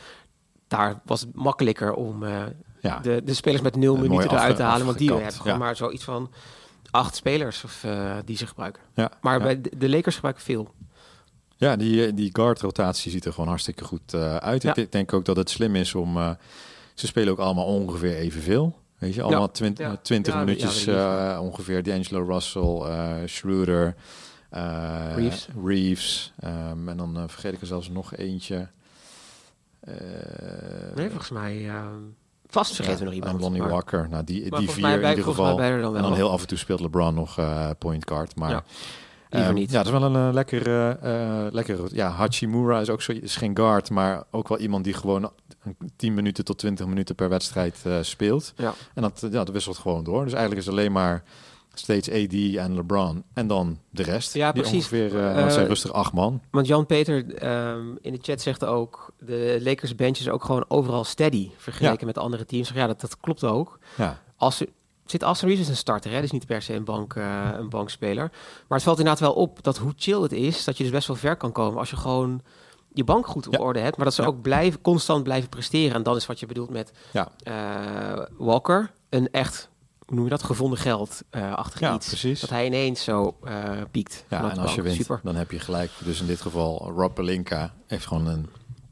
S2: Daar was het makkelijker om eh,
S1: ja.
S2: de, de spelers met nul
S1: Een mooie
S2: minuten eruit
S1: Eh, afge-
S2: te halen. Want die
S1: afgekapt,
S2: hebben gewoon
S1: ja.
S2: maar zoiets van acht spelers of, eh, die ze gebruiken.
S1: Ja,
S2: Maar
S1: ja.
S2: bij de, de Lakers gebruiken veel.
S1: Ja, die, eh, die guard-rotatie ziet er gewoon hartstikke goed eh, uit.
S2: Ja.
S1: Ik denk ook dat het slim is om... eh, ze spelen ook allemaal ongeveer evenveel. Weet je, allemaal twint-
S2: Ja.
S1: 20
S2: Ja,
S1: minuutjes
S2: ja, weet ik
S1: eh, ongeveer. D'Angelo Russell, eh Schroeder, eh,
S2: Reeves.
S1: Reeves, ehm, en dan eh, vergeet ik er zelfs nog eentje. Eh,
S2: Nee, volgens mij. eh, vast
S1: ja,
S2: vergeten we nog iemand.
S1: en Lonnie
S2: maar-
S1: Walker. Nou, die,
S2: maar
S1: die
S2: volgens mij
S1: vier in
S2: bij-
S1: ieder
S2: volgens mij
S1: geval.
S2: bij er dan
S1: En
S2: wel.
S1: dan heel af en toe speelt LeBron nog eh, point guard. Maar
S2: Oh. Ja, liever
S1: ehm,
S2: niet.
S1: Ja, dat is wel een eh, lekkere, eh lekkere... Ja, Hachimura is ook zo, is geen guard, maar ook wel iemand die gewoon een 10 minuten tot 20 minuten per wedstrijd eh, speelt.
S2: Ja.
S1: En dat, eh, ja, dat wisselt gewoon door. Dus eigenlijk is het alleen maar steeds AD en LeBron. En dan de rest.
S2: Ja,
S1: die
S2: precies.
S1: Ongeveer, eh, dat zijn
S2: Eh,
S1: rustig acht man.
S2: Want Jan Peter ehm, in de chat zegt ook, de Lakers bench is ook gewoon overal steady vergeleken met andere teams. Ja, dat, dat klopt ook.
S1: Ja,
S2: Als er, zit Austin Reeves is een starter, hè? dus niet per se een, bank, eh, een bankspeler. Maar het valt inderdaad wel op dat hoe chill het is, dat je dus best wel ver kan komen als je gewoon je bank goed op
S1: Ja.
S2: orde hebt. Maar dat ze
S1: Ja.
S2: ook blijven, constant blijven presteren. En dat is wat je bedoelt met
S1: ja.
S2: eh, Walker, een echt, hoe noem je dat, gevonden geld eh achter
S1: ja
S2: iets.
S1: precies.
S2: Dat hij ineens zo eh, piekt.
S1: Ja,
S2: vanuit
S1: en
S2: de
S1: als je
S2: bank.
S1: wint,
S2: Super.
S1: dan heb je gelijk. Dus in dit geval, Rob Pelinka heeft gewoon een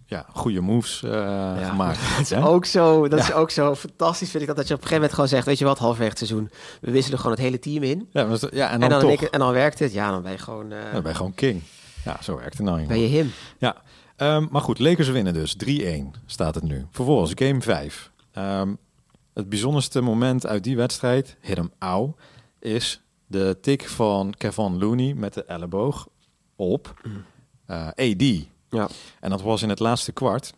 S1: ja, goede moves eh, gemaakt. hè?
S2: Ook zo, dat is ook zo fantastisch vind ik dat, dat je op een gegeven moment gewoon zegt, weet je wat, halverwege het seizoen, we wisselen gewoon het hele team in. En
S1: Ja, maar dat- ja, en
S2: dan,
S1: dan,
S2: in
S1: toch.
S2: één keer- en dan werkt het, ja, dan ben je gewoon, eh,
S1: Dan ben je gewoon king. Ja, zo werkt het nou
S2: ben
S1: eenmaal.
S2: je him.
S1: Ja. Ehm, maar goed, Lakers winnen dus. 3-1 staat het nu. Vervolgens game 5. Ehm, het bijzonderste moment uit die wedstrijd, hit hem au, is de tik van Kevin Looney met de elleboog op eh, AD.
S2: Ja.
S1: En dat was in het laatste kwart.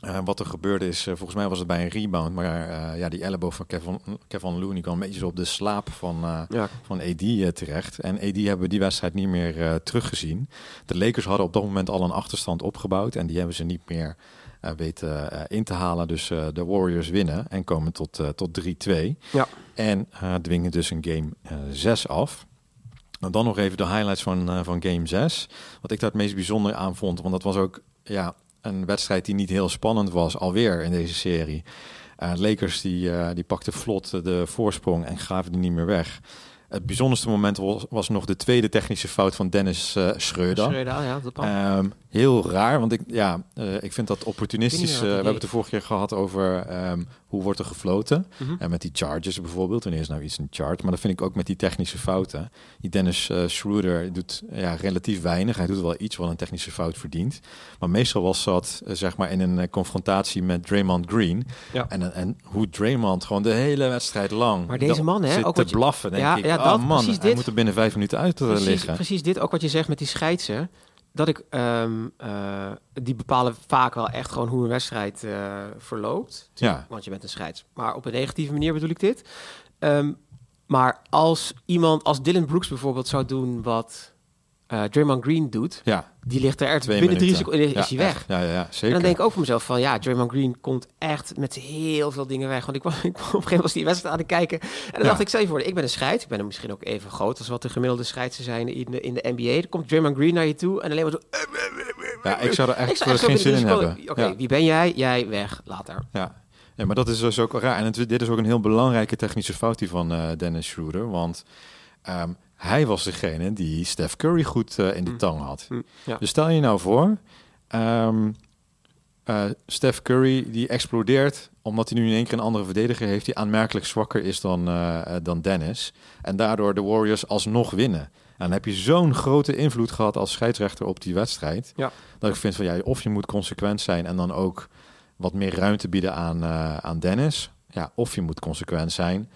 S1: Eh, wat er gebeurde is, eh, volgens mij was het bij een rebound, maar eh, ja, die elleboog van Kevin, Kevin Looney kwam een beetje zo op de slaap van, eh,
S2: Ja.
S1: van AD eh, terecht. En AD hebben we die wedstrijd niet meer eh, teruggezien. De Lakers hadden op dat moment al een achterstand opgebouwd en die hebben ze niet meer eh, weten eh, in te halen. Dus eh, de Warriors winnen en komen tot, eh, tot 3-2.
S2: Ja.
S1: En eh, dwingen dus een game eh, 6 af. En dan nog even de highlights van, eh, van game 6. Wat ik daar het meest bijzonder aan vond, want dat was ook ja, een wedstrijd die niet heel spannend was, alweer in deze serie. Eh Lakers die, eh, die pakten vlot eh, de voorsprong en gaven die niet meer weg. Het bijzonderste moment was, was nog de tweede technische fout van Dennis eh Schreuder.
S2: Schreuder, ja, dat kan.
S1: Ehm, heel raar, want ik, ja, eh, ik vind dat
S2: Ik
S1: opportunistisch.
S2: weet niet
S1: eh,
S2: wat
S1: we
S2: hij
S1: hebben
S2: deed.
S1: het de vorige keer gehad over ehm, hoe wordt er gefloten.
S2: Mhm.
S1: En met die charges bijvoorbeeld, wanneer is nou iets een charge? Maar dat vind ik ook met die technische fouten. Die Dennis eh, Schroeder doet ja, relatief weinig. Hij doet wel iets wat een technische fout verdient. Maar meestal was dat eh, zeg maar in een eh, confrontatie met Draymond Green.
S2: Ja.
S1: En, eh, en hoe Draymond gewoon de hele wedstrijd lang
S2: Maar deze
S1: da-
S2: man, hè,
S1: zit
S2: ook
S1: te
S2: wat je-
S1: blaffen. Denk
S2: Ja,
S1: ik,
S2: ja,
S1: oh
S2: dat,
S1: man,
S2: precies
S1: hij
S2: dit.
S1: moet er binnen vijf minuten uit eh,
S2: Precies,
S1: liggen.
S2: precies dit, ook wat je zegt met die scheidsen. Dat ik, ehm, eh, die bepalen vaak wel echt gewoon hoe een wedstrijd eh, verloopt.
S1: Ja,
S2: want je bent een scheids. Maar op een negatieve manier bedoel ik dit. Ehm, maar als iemand, als Dylan Brooks bijvoorbeeld zou doen wat eh Draymond Green doet,
S1: ja.
S2: die ligt er echt
S1: Twee
S2: binnen drie
S1: minuten.
S2: seconden is
S1: Ja,
S2: hij weg.
S1: echt. Ja, ja, ja, zeker.
S2: En dan denk ik ook voor mezelf van, ja, Draymond Green komt echt met heel veel dingen weg. Want ik kwam, ik kwam op een gegeven moment was die wedstrijd aan het kijken. En dan
S1: Ja.
S2: dacht ik, stel je voor, ik ben een scheids. Ik ben er misschien ook even groot als wat de gemiddelde scheidsen zijn in de, in de NBA. Dan komt Draymond Green naar je toe en alleen maar zo... eh,
S1: ja, ik zou er echt,
S2: oh, Ik zou echt zo
S1: geen
S2: binnen
S1: zin in
S2: drie seconden-
S1: hebben.
S2: Oké,
S1: Ja.
S2: wie ben jij? Jij weg, later.
S1: Ja. ja, maar dat is dus ook raar. En het- dit is ook een heel belangrijke technische fout die van eh, Dennis Schroeder. Want ehm, hij was degene die Steph Curry goed eh, in de
S2: Mm.
S1: tang had.
S2: Mm, ja.
S1: Dus stel je nou voor, ehm, eh, Steph Curry die explodeert omdat hij nu in één keer een andere verdediger heeft die aanmerkelijk zwakker is dan, eh, eh, dan Dennis. En daardoor de Warriors alsnog winnen. En dan heb je zo'n grote invloed gehad als scheidsrechter op die wedstrijd.
S2: Ja.
S1: Dat ik vind van ja, of je moet consequent zijn en dan ook wat meer ruimte bieden aan, eh, aan Dennis. Ja, of je moet consequent zijn.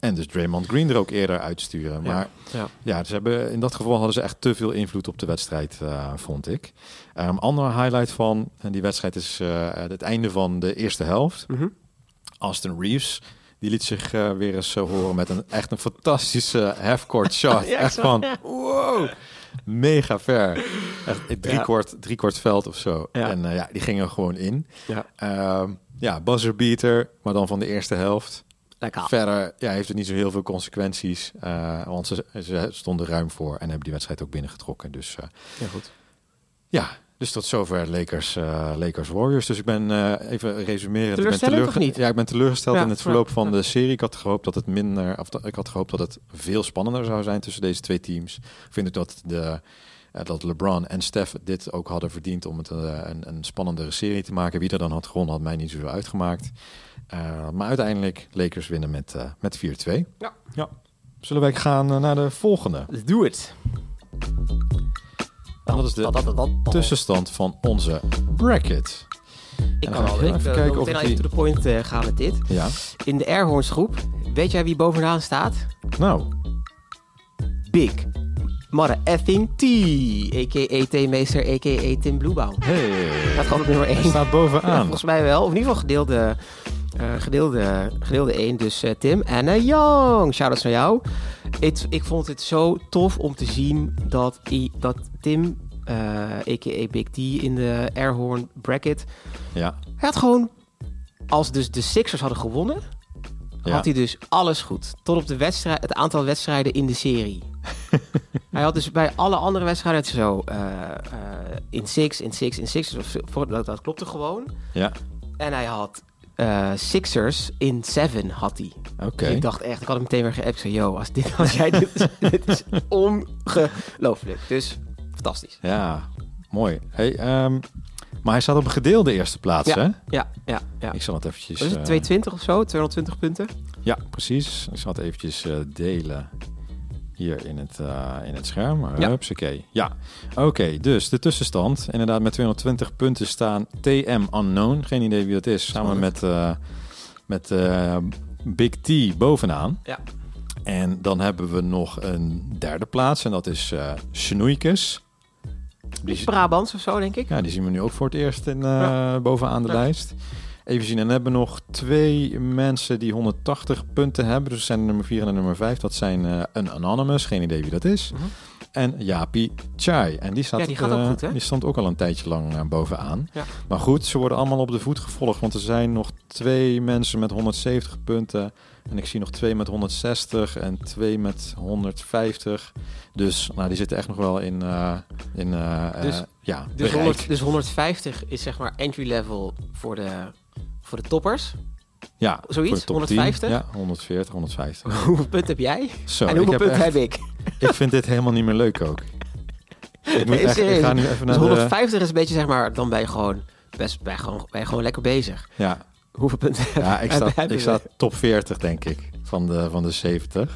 S1: En dus Draymond Green er ook eerder uitsturen.
S2: Ja.
S1: Maar
S2: Ja.
S1: ja, ze hebben, in dat geval hadden ze echt te veel invloed op de wedstrijd, eh, vond ik. Een ander highlight van eh, die wedstrijd is eh, het einde van de eerste helft.
S2: Mhm.
S1: Austin Reeves, die liet zich eh, weer eens eh, horen met een echt een fantastische half-court shot.
S2: Ja, ik
S1: echt
S2: zag-
S1: van, wow, mega ver. Echt drie,
S2: Ja.
S1: kwart, drie kwart veld of zo.
S2: Ja.
S1: En eh, ja, die ging er gewoon in.
S2: Ja.
S1: Ehm, ja, buzzer beater, maar dan van de eerste helft.
S2: Lekker.
S1: Verder ja, heeft het niet zo heel veel consequenties. eh, want ze, ze stonden ruim voor en hebben die wedstrijd ook binnengetrokken. Dus eh,
S2: Ja, goed.
S1: ja, Dus tot zover Lakers, eh, Lakers Warriors. Dus ik ben eh, even resumeren. Ik ben
S2: Teleurstellend
S1: teleur-
S2: of niet?
S1: Ja, ik ben teleurgesteld
S2: Ja,
S1: in het
S2: ja,
S1: verloop van
S2: ja.
S1: de serie. Ik had gehoopt dat het minder, of dat- ik had gehoopt dat het veel spannender zou zijn tussen deze twee teams. Ik vind ook dat de eh, dat LeBron en Steph dit ook hadden verdiend om het eh, een, een spannendere serie te maken. Wie er dan had gewonnen, had mij niet zo uitgemaakt. Eh, maar uiteindelijk Lakers winnen met, eh, met 4-2.
S2: Ja.
S1: ja. Zullen wij gaan eh, naar de volgende?
S2: Let's do it.
S1: Dat is de tussenstand van onze bracket.
S2: Ik
S1: Ja,
S2: kan al.
S1: even
S2: Ik eh,
S1: kijken
S2: wil
S1: of
S2: meteen al
S1: die-
S2: even to the point eh, gaan met dit.
S1: Ja.
S2: In de Airhorns groep, weet jij wie bovenaan staat?
S1: Nou,
S2: Big Mother effing T. A.k.a. T-meester, a.k.a. Tim Blueboom.
S1: hey.
S2: Dat gaat op nummer 1.
S1: Hij staat bovenaan.
S2: Volgens mij wel. Of in ieder geval gedeelde, eh, gedeelde, gedeelde 1. Dus eh, Tim en eh, Young. Shout-outs naar jou. Het- ik vond het zo tof om te zien dat, i- dat Tim, eh a.k.a. Big T, in de Airhorn bracket...
S1: Ja.
S2: Hij had gewoon... Als dus de Sixers hadden gewonnen,
S1: ja.
S2: had hij dus alles goed. Tot op de wedstrijd, het aantal wedstrijden in de serie. hij had dus bij alle andere wedstrijden het zo eh, eh, in six, in six, in six. Dus of- voor- dat, dat klopte gewoon.
S1: ja.
S2: En hij had eh, Sixers in 7 had hij.
S1: Oké.
S2: Dus ik dacht echt, ik had hem meteen weer geappt. Ik zei, yo, als, dit, als jij dit... dit is ongelooflijk. Dus fantastisch.
S1: Ja, mooi. Hey, ehm, maar hij staat op een gedeelde eerste plaats, hè?
S2: Ja, ja, ja.
S1: Ik zal het eventjes...
S2: Wat is het
S1: eh,
S2: 220 of zo? 220 punten?
S1: Ja, precies. Ik zal het eventjes eh, delen hier in het, eh, in het scherm.
S2: Ja.
S1: Hups, oké. Ja, oké. dus de tussenstand. Inderdaad, met 220 punten staan TM Unknown. Geen idee wie dat is. Samen met, eh, met eh, Big T bovenaan.
S2: Ja.
S1: En dan hebben we nog een derde plaats. En dat is eh Snoeikes. Die,
S2: Iets Brabants of zo, denk ik.
S1: ja, die zien we nu ook voor het eerst in, eh,
S2: Ja.
S1: bovenaan de
S2: Ja.
S1: lijst. Even zien, en dan hebben we nog twee mensen die 180 punten hebben. Dus dat zijn de nummer 4 en de nummer 5. Dat zijn eh, een Anonymous, geen idee wie dat is.
S2: Mhm.
S1: En Japi Chai. En die, staat,
S2: Ja, die gaat
S1: eh,
S2: ook goed, hè?
S1: die stond ook al een tijdje lang eh, bovenaan.
S2: Ja.
S1: Maar goed, ze worden allemaal op de voet gevolgd. Want er zijn nog twee mensen met 170 punten. En ik zie nog twee met 160 en twee met 150. Dus nou, die zitten echt nog wel in, eh, in eh,
S2: Dus-
S1: eh, ja,
S2: Dus,
S1: bereik.
S2: 100, dus 150 is zeg maar entry level voor de, voor de toppers.
S1: Ja,
S2: Zoiets?
S1: voor de top
S2: 150?
S1: 10. Ja, 140, 150.
S2: Hoeveel punten heb jij?
S1: Zo,
S2: en hoeveel
S1: ik, heb
S2: punten
S1: echt-
S2: heb ik?
S1: ik vind dit helemaal niet meer leuk ook. Ik, moet
S2: Nee,
S1: echt, ik
S2: serieus.
S1: ga nu even
S2: Dus
S1: naar de...
S2: 150 is een beetje zeg maar, dan ben je gewoon, best, ben je gewoon, ben je gewoon lekker bezig.
S1: Ja,
S2: Hoeveel punten
S1: ja ik, sta,
S2: hebben
S1: ik
S2: we?
S1: sta top 40, denk ik, van de, van de 70.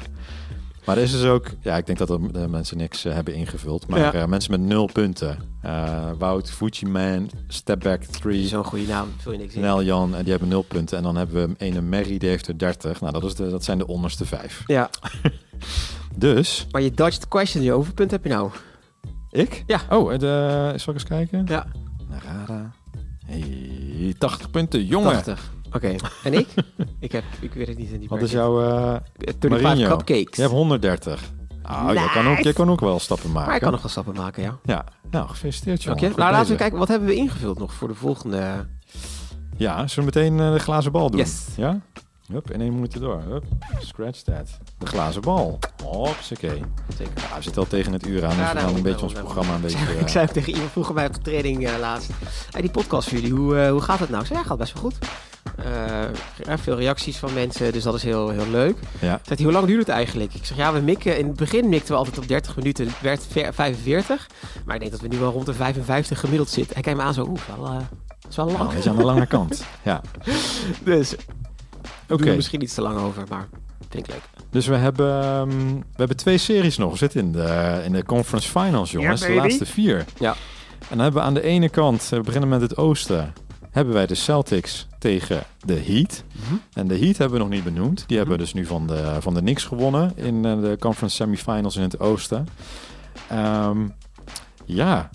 S1: Maar er is dus ook... Ja, ik denk dat er eh, mensen niks eh, hebben ingevuld. Maar
S2: Ja.
S1: eh, mensen met nul punten. Eh, Wout, Fuji Man, Step Back 3,
S2: Zo'n goede naam, vul je niks in.
S1: Nel Jan, en die hebben nul punten. En dan hebben we ene Mary, die heeft er 30. Nou, dat, is de, dat zijn de onderste vijf.
S2: Ja,
S1: Dus,
S2: maar je dodged the question, joh. Hoeveel punten heb je nou?
S1: ik?
S2: Ja.
S1: Oh, eh, de, zal ik eens kijken?
S2: Ja,
S1: Narada. Hey, 80 punten, jongen.
S2: 80. Oké, en ik? ik, heb, ik weet het niet in die
S1: Wat is
S2: bracket.
S1: jouw... eh
S2: Eh, 35
S1: Marinho?
S2: cupcakes.
S1: je hebt 130. Ah, jij,
S2: Nice.
S1: kan ook, jij kan ook wel stappen maken.
S2: maar ik kan nog wel stappen maken, ja.
S1: Ja, nou, gefeliciteerd,
S2: Oké,
S1: jongen. Goed
S2: nou laten we
S1: bezig.
S2: kijken, wat hebben we ingevuld nog voor de volgende...
S1: Ja, zullen we meteen eh, de glazen bal doen?
S2: Yes.
S1: Ja? Hup, in één minuut door. Hup, scratch that. De glazen bal. Hopsakee.
S2: Zeker.
S1: Ja, we zitten al tegen het uur aan.
S2: Ja,
S1: dus we gaan
S2: daarom,
S1: een beetje ons
S2: daarom,
S1: programma een beetje...
S2: Ik
S1: eh,
S2: zei ook tegen iemand vroeger bij op de training eh, laatst. Hey, die podcast voor jullie, hoe, eh, hoe gaat het nou? Ik zei, ja, gaat best wel goed. Eh, eh, veel reacties van mensen, dus dat is heel, heel leuk.
S1: ja.
S2: Zegt hij, hoe lang duurt het eigenlijk? Ik zeg, ja, we mikken. In het begin mikten we altijd op 30 minuten. Het werd ver- 45. Maar ik denk dat we nu wel rond de 55 gemiddeld zitten. Hij kijkt me aan zo, oeh, wel, eh, dat is wel lang.
S1: Nou, hij is aan de lange kant. Ja.
S2: Dus,
S1: Oké,
S2: doe er misschien iets te lang over, maar vind ik leuk.
S1: dus we hebben, ehm, we hebben twee series nog. We zitten in de, in de conference finals, jongens. de
S2: baby.
S1: laatste vier.
S2: Ja,
S1: En dan hebben we aan de ene kant, eh, we beginnen met het oosten, hebben wij de Celtics tegen de Heat.
S2: Mhm.
S1: En de Heat hebben we nog niet benoemd. Die hebben dus nu van de, van de Knicks gewonnen in eh, de conference semifinals in het oosten. Ehm, ja,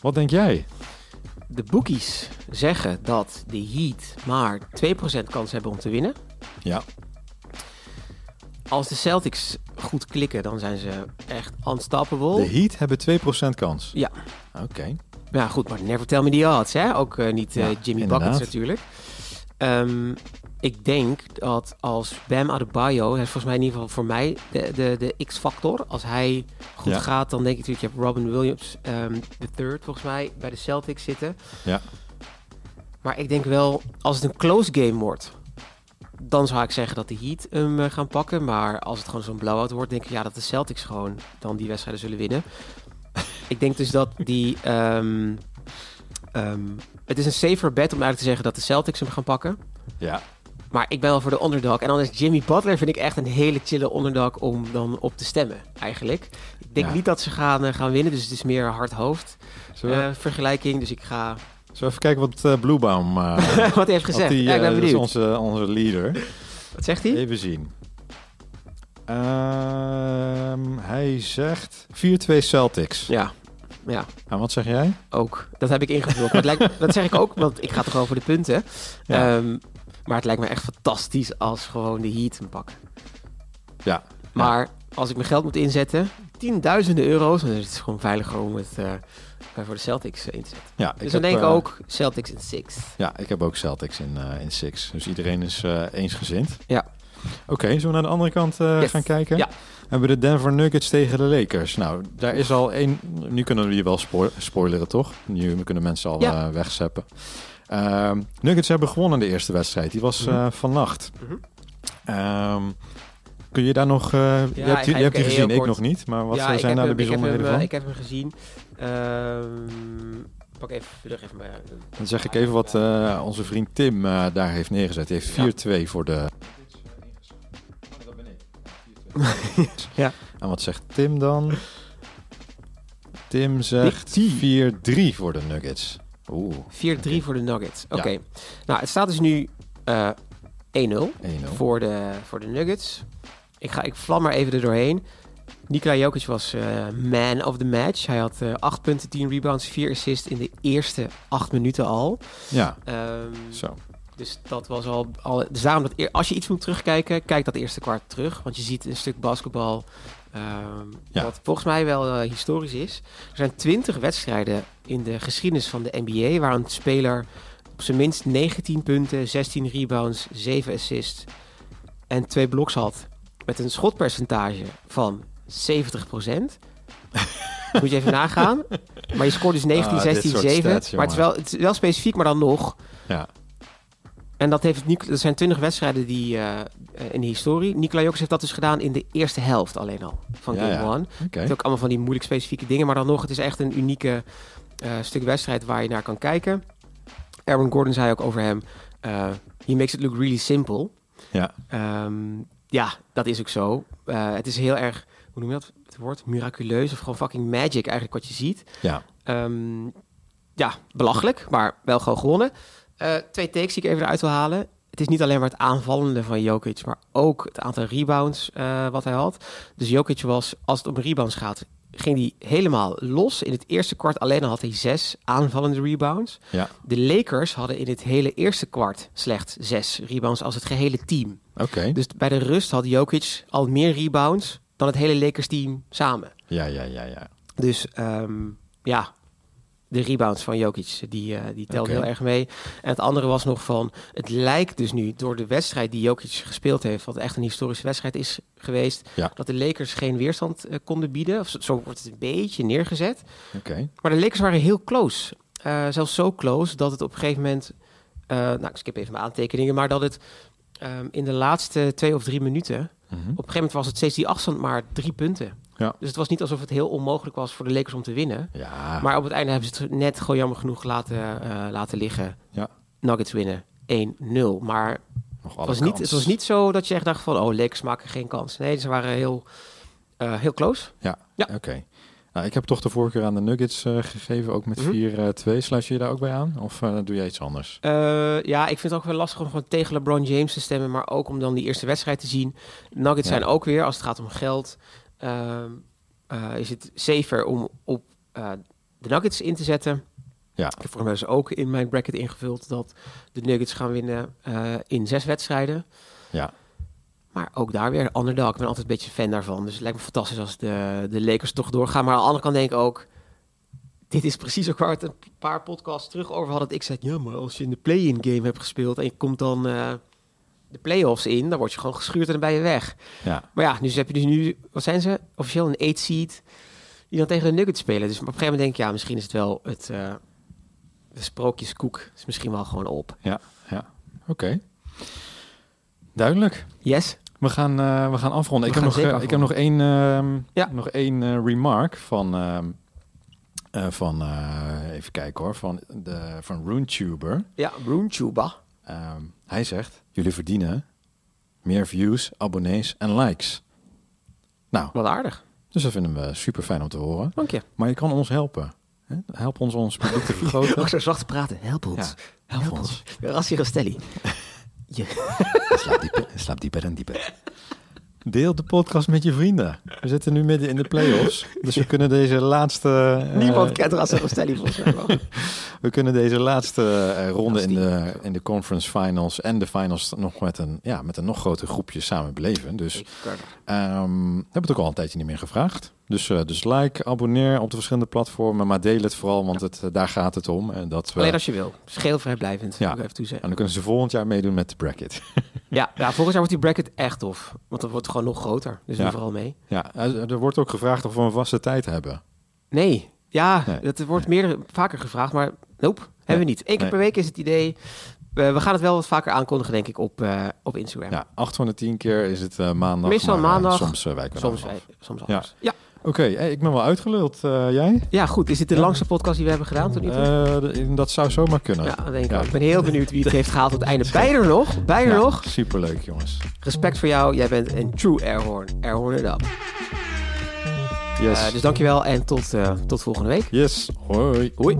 S1: wat denk jij?
S2: de bookies zeggen dat de Heat maar 2% kans hebben om te winnen.
S1: Ja,
S2: Als de Celtics goed klikken, dan zijn ze echt unstoppable.
S1: de Heat hebben 2% kans.
S2: Ja.
S1: Oké.
S2: Ja, goed, maar never tell me the odds, hè? Ook eh, niet eh,
S1: Ja,
S2: Jimmy
S1: inderdaad.
S2: Buckets natuurlijk. Ehm, ik denk dat als Bam Adebayo, hij is volgens mij in ieder geval voor mij de, de, de X-factor. Als hij goed
S1: Ja.
S2: gaat, dan denk ik natuurlijk, je hebt Robin Williams, ehm, de third volgens mij, bij de Celtics zitten.
S1: Ja.
S2: Maar ik denk wel, als het een close game wordt, dan zou ik zeggen dat de Heat hem eh, gaan pakken. Maar als het gewoon zo'n blowout wordt, denk ik ja, dat de Celtics gewoon dan die wedstrijden zullen winnen. ik denk dus dat die... ehm, ehm, het is een safer bet om eigenlijk te zeggen dat de Celtics hem gaan pakken.
S1: Ja.
S2: Maar ik ben wel voor de underdog. En dan is Jimmy Butler, vind ik echt een hele chille underdog om dan op te stemmen, eigenlijk. Ik denk
S1: Ja.
S2: niet dat ze gaan, eh, gaan winnen, dus het is meer een hard hoofd
S1: Zullen we,
S2: eh, vergelijking. Dus ik ga...
S1: zullen we even kijken wat eh Bluebaum eh,
S2: Wat hij heeft
S1: wat
S2: gezegd.
S1: die,
S2: ja, ik ben
S1: eh, dat is
S2: benieuwd.
S1: onze, onze leader.
S2: Wat zegt hij?
S1: Even zien. Ehm, hij zegt 4-2 Celtics.
S2: Ja, ja,
S1: En wat zeg jij?
S2: ook. Dat heb ik ingevuld. Maar het lijkt, dat zeg ik ook, want ik ga toch over de punten.
S1: Ja.
S2: Ehm, maar het lijkt me echt fantastisch als gewoon de Heat hem pakken.
S1: Ja.
S2: Maar als ik mijn geld moet inzetten, tienduizenden euro's, dan is het gewoon veiliger om het eh, voor de Celtics eh, in te zetten.
S1: ja ik
S2: dus dan
S1: heb,
S2: denk ik
S1: eh,
S2: ook Celtics in six.
S1: Ja, ik heb ook Celtics in, eh, in Six. Dus iedereen is eh, eensgezind.
S2: Ja.
S1: Oké, zullen we naar de andere kant eh,
S2: Yes.
S1: gaan kijken?
S2: Ja.
S1: Hebben we de Denver Nuggets tegen de Lakers? Nou, daar is al één... Nu kunnen we hier wel spo- spoileren, toch? Nu kunnen mensen al
S2: Ja.
S1: eh, wegzeppen. Ehm, Nuggets hebben gewonnen de eerste wedstrijd. Die was
S2: Mhm.
S1: eh, vannacht.
S2: Mhm.
S1: Ehm, kun je daar nog... eh, je hebt,
S2: ik
S1: die- je
S2: ga
S1: hebt
S2: even
S1: die
S2: heel
S1: gezien, ik
S2: kort-
S1: nog niet. Maar wat eh, zijn
S2: ik heb
S1: nou de
S2: hem-
S1: bijzonderheden
S2: ik heb
S1: van?
S2: hem, eh, Ik heb hem gezien. Ehm, pak even vlug even bij. eh,
S1: Dan zeg ik even wat eh, onze vriend Tim eh, daar heeft neergezet. Hij
S2: Ja.
S1: heeft 4-2 voor de... dat ben ik.
S2: Ja.
S1: En wat zegt Tim dan? Tim zegt 4-3 voor de Nuggets. Oeh,
S2: 4-3 voor de Nuggets. Oké. Nou, het staat dus nu eh 1-0
S1: 1-0.
S2: voor de, voor de Nuggets. Ik, ga, ik vlam maar even er doorheen. Nikola Jokic was eh, man of the match. Hij had eh 8 punten, 10 rebounds, 4 assists in de eerste 8 minuten al.
S1: Ja,
S2: Ehm,
S1: zo.
S2: Dus dat was al. al dus daarom dat eer- als je iets moet terugkijken, kijk dat eerste kwart terug. Want je ziet een stuk basketbal. ehm,
S1: Ja.
S2: Wat volgens mij wel eh, historisch is. Er zijn twintig wedstrijden in de geschiedenis van de NBA. waar een speler op zijn minst 19 punten, 16 rebounds, 7 assists en 2 bloks had. Met een schotpercentage van 70%. Dat Moet je even nagaan. Maar je scoort dus 19,
S1: Ah, dit
S2: 16,
S1: soort
S2: 7.
S1: stats,
S2: maar het is, wel, het is wel specifiek, maar dan nog.
S1: Ja.
S2: En dat heeft Nic- er zijn 20 wedstrijden die, eh, eh, in de historie. Nikola Jokic heeft dat dus gedaan in de eerste helft alleen al van
S1: Ja,
S2: Game
S1: ja.
S2: 1.
S1: Oké.
S2: Het is ook allemaal van die moeilijk specifieke dingen. Maar dan nog, het is echt een unieke eh, stuk wedstrijd waar je naar kan kijken. Aaron Gordon zei ook over hem, eh he makes it look really simple.
S1: Ja.
S2: Ehm, ja, dat is ook zo. Eh, het is heel erg, hoe noem je dat? Het woord miraculeus of gewoon fucking magic eigenlijk wat je ziet.
S1: Ja.
S2: Ehm, ja, belachelijk, maar wel gewoon gewonnen. Eh, twee takes die ik even eruit wil halen. Het is niet alleen maar het aanvallende van Jokic, maar ook het aantal rebounds eh, wat hij had. Dus Jokic was, als het om rebounds gaat, ging hij helemaal los. In het eerste kwart alleen al had hij zes aanvallende rebounds.
S1: Ja.
S2: De Lakers hadden in het hele eerste kwart slechts zes rebounds als het gehele team.
S1: Oké.
S2: Dus bij de rust had Jokic al meer rebounds dan het hele Lakers-team samen.
S1: Ja, ja, ja, ja.
S2: Dus ehm, ja, de rebounds van Jokic, die, eh die telden
S1: Oké.
S2: heel erg mee. En het andere was nog van, het lijkt dus nu door de wedstrijd die Jokic gespeeld heeft, wat echt een historische wedstrijd is geweest,
S1: Ja.
S2: dat de Lakers geen weerstand eh, konden bieden. Of zo, zo wordt het een beetje neergezet.
S1: Oké.
S2: Maar de Lakers waren heel close. Eh, zelfs zo close dat het op een gegeven moment, eh, nou ik skip even mijn aantekeningen, maar dat het ehm, in de laatste twee of drie minuten
S1: Mhm.
S2: op een gegeven moment was het steeds die afstand maar drie punten.
S1: Ja.
S2: Dus het was niet alsof het heel onmogelijk was voor de Lakers om te winnen.
S1: Ja.
S2: Maar op het einde hebben ze het net gewoon jammer genoeg laten, eh, laten liggen.
S1: Ja.
S2: Nuggets winnen 1-0. Maar
S1: nog
S2: het
S1: alle
S2: was, niet,
S1: kans.
S2: het was niet zo dat je echt dacht van... oh, Lakers maken geen kans. Nee, ze waren heel, eh, heel close.
S1: Oké. Nou, ik heb toch de voorkeur aan de Nuggets eh, gegeven, ook met
S2: Mhm.
S1: 4-2. Sluit je je daar ook bij aan? Of eh, doe jij iets anders?
S2: Eh, ja, ik vind het ook wel lastig om gewoon tegen LeBron James te stemmen... maar ook om dan die eerste wedstrijd te zien. Nuggets
S1: Ja.
S2: zijn ook weer, als het gaat om geld... ehm, eh, is het safer om op eh, de Nuggets in te zetten...
S1: Ja.
S2: Ik heb voor mij dus ook in mijn bracket ingevuld dat de Nuggets gaan winnen eh, in zes wedstrijden.
S1: Ja.
S2: Maar ook daar weer underdog. Ik ben altijd een beetje fan daarvan. Dus het lijkt me fantastisch als de, de Lakers toch doorgaan. Maar aan de andere kant denk ik ook... Dit is precies ook waar we het een paar podcasts terug over hadden. Dat ik zei, ja, maar als je in de play-in game hebt gespeeld... en je komt dan eh, de play-offs in, dan word je gewoon geschuurd en dan ben je weg.
S1: Ja.
S2: Maar ja, nu heb je dus nu, wat zijn ze? Officieel een 8 seed die dan tegen de Nuggets spelen. Dus op een gegeven moment denk ik, ja, misschien is het wel het eh, de sprookjeskoek is misschien wel gewoon op.
S1: Oké. Duidelijk.
S2: Yes.
S1: We gaan, eh, we gaan afronden.
S2: We
S1: ik, heb nog,
S2: gaan zeker
S1: eh, ik heb nog één, ehm,
S2: Ja.
S1: nog één eh, remark van, ehm, eh, van eh, even kijken hoor, van, de, van RuneTuber.
S2: Ja, Roomtuba.
S1: Ehm, hij zegt, jullie verdienen meer views, abonnees en likes. Nou,
S2: Wat aardig.
S1: dus dat vinden we super fijn om te horen.
S2: Dank je.
S1: Maar je kan ons helpen. Hè? Help ons ons publiek te vergroten.
S2: Ook zo zacht praten. Help ons.
S1: Ja, Eh, help ons.
S2: Rassi Rostelli.
S1: Slaap dieper, slaap dieper en dieper. Deel de podcast met je vrienden. We zitten nu midden in de play-offs. Dus we kunnen deze laatste... eh,
S2: Niemand kent Rassi Rostelli volgens mij wel.
S1: We kunnen deze laatste eh, ronde
S2: Als
S1: in
S2: die-
S1: de, in de conference finals en de finals nog met een, ja, met een nog groter groepje samen beleven. Dus ehm heb het ook al een tijdje niet meer gevraagd. Dus, eh, dus like, abonneer op de verschillende platformen, maar deel het vooral, want het, eh, daar gaat het om. En, dat we,
S2: Alleen als je wil. Scheel vrijblijvend.
S1: Ja.
S2: Ja. Even
S1: en
S2: toezeggen.
S1: dan kunnen ze volgend jaar meedoen met de bracket.
S2: Ja, ja, volgens jaar wordt die bracket echt tof. Want dat wordt gewoon nog groter. Dus
S1: Ja.
S2: doe vooral mee.
S1: ja, eh, er wordt ook gevraagd of we een vaste tijd hebben.
S2: Nee. Ja,
S1: Nee.
S2: dat wordt meerdere, vaker gevraagd, maar nope, hebben we niet. Eén keer
S1: Nee.
S2: per week is het idee. Eh, we gaan het wel wat vaker aankondigen, denk ik, op, eh, op Instagram.
S1: Ja, 8 van de 10 keer is het eh, maandag.
S2: Meestal
S1: eh,
S2: maandag,
S1: soms eh, wijken we
S2: soms,
S1: daarvan af.
S2: wij, soms
S1: Ja.
S2: anders. Ja.
S1: Oké, eh, ik ben wel uitgeluld. Eh, jij?
S2: ja, goed. Is dit de
S1: Ja.
S2: langste podcast die we hebben gedaan tot nu toe?
S1: Eh, dat zou zomaar kunnen.
S2: ja, dat denk ik
S1: ja.
S2: ook. Ik ben heel benieuwd wie het heeft gehaald tot het einde. Bijder nog, bijder
S1: Ja,
S2: nog.
S1: Superleuk, jongens.
S2: Respect voor jou. Jij bent een true airhorn. Airhorn it up.
S1: Yes.
S2: dus- Eh, dus dankjewel en tot, eh, tot volgende week.
S1: Yes. Hoi.
S2: Hoi.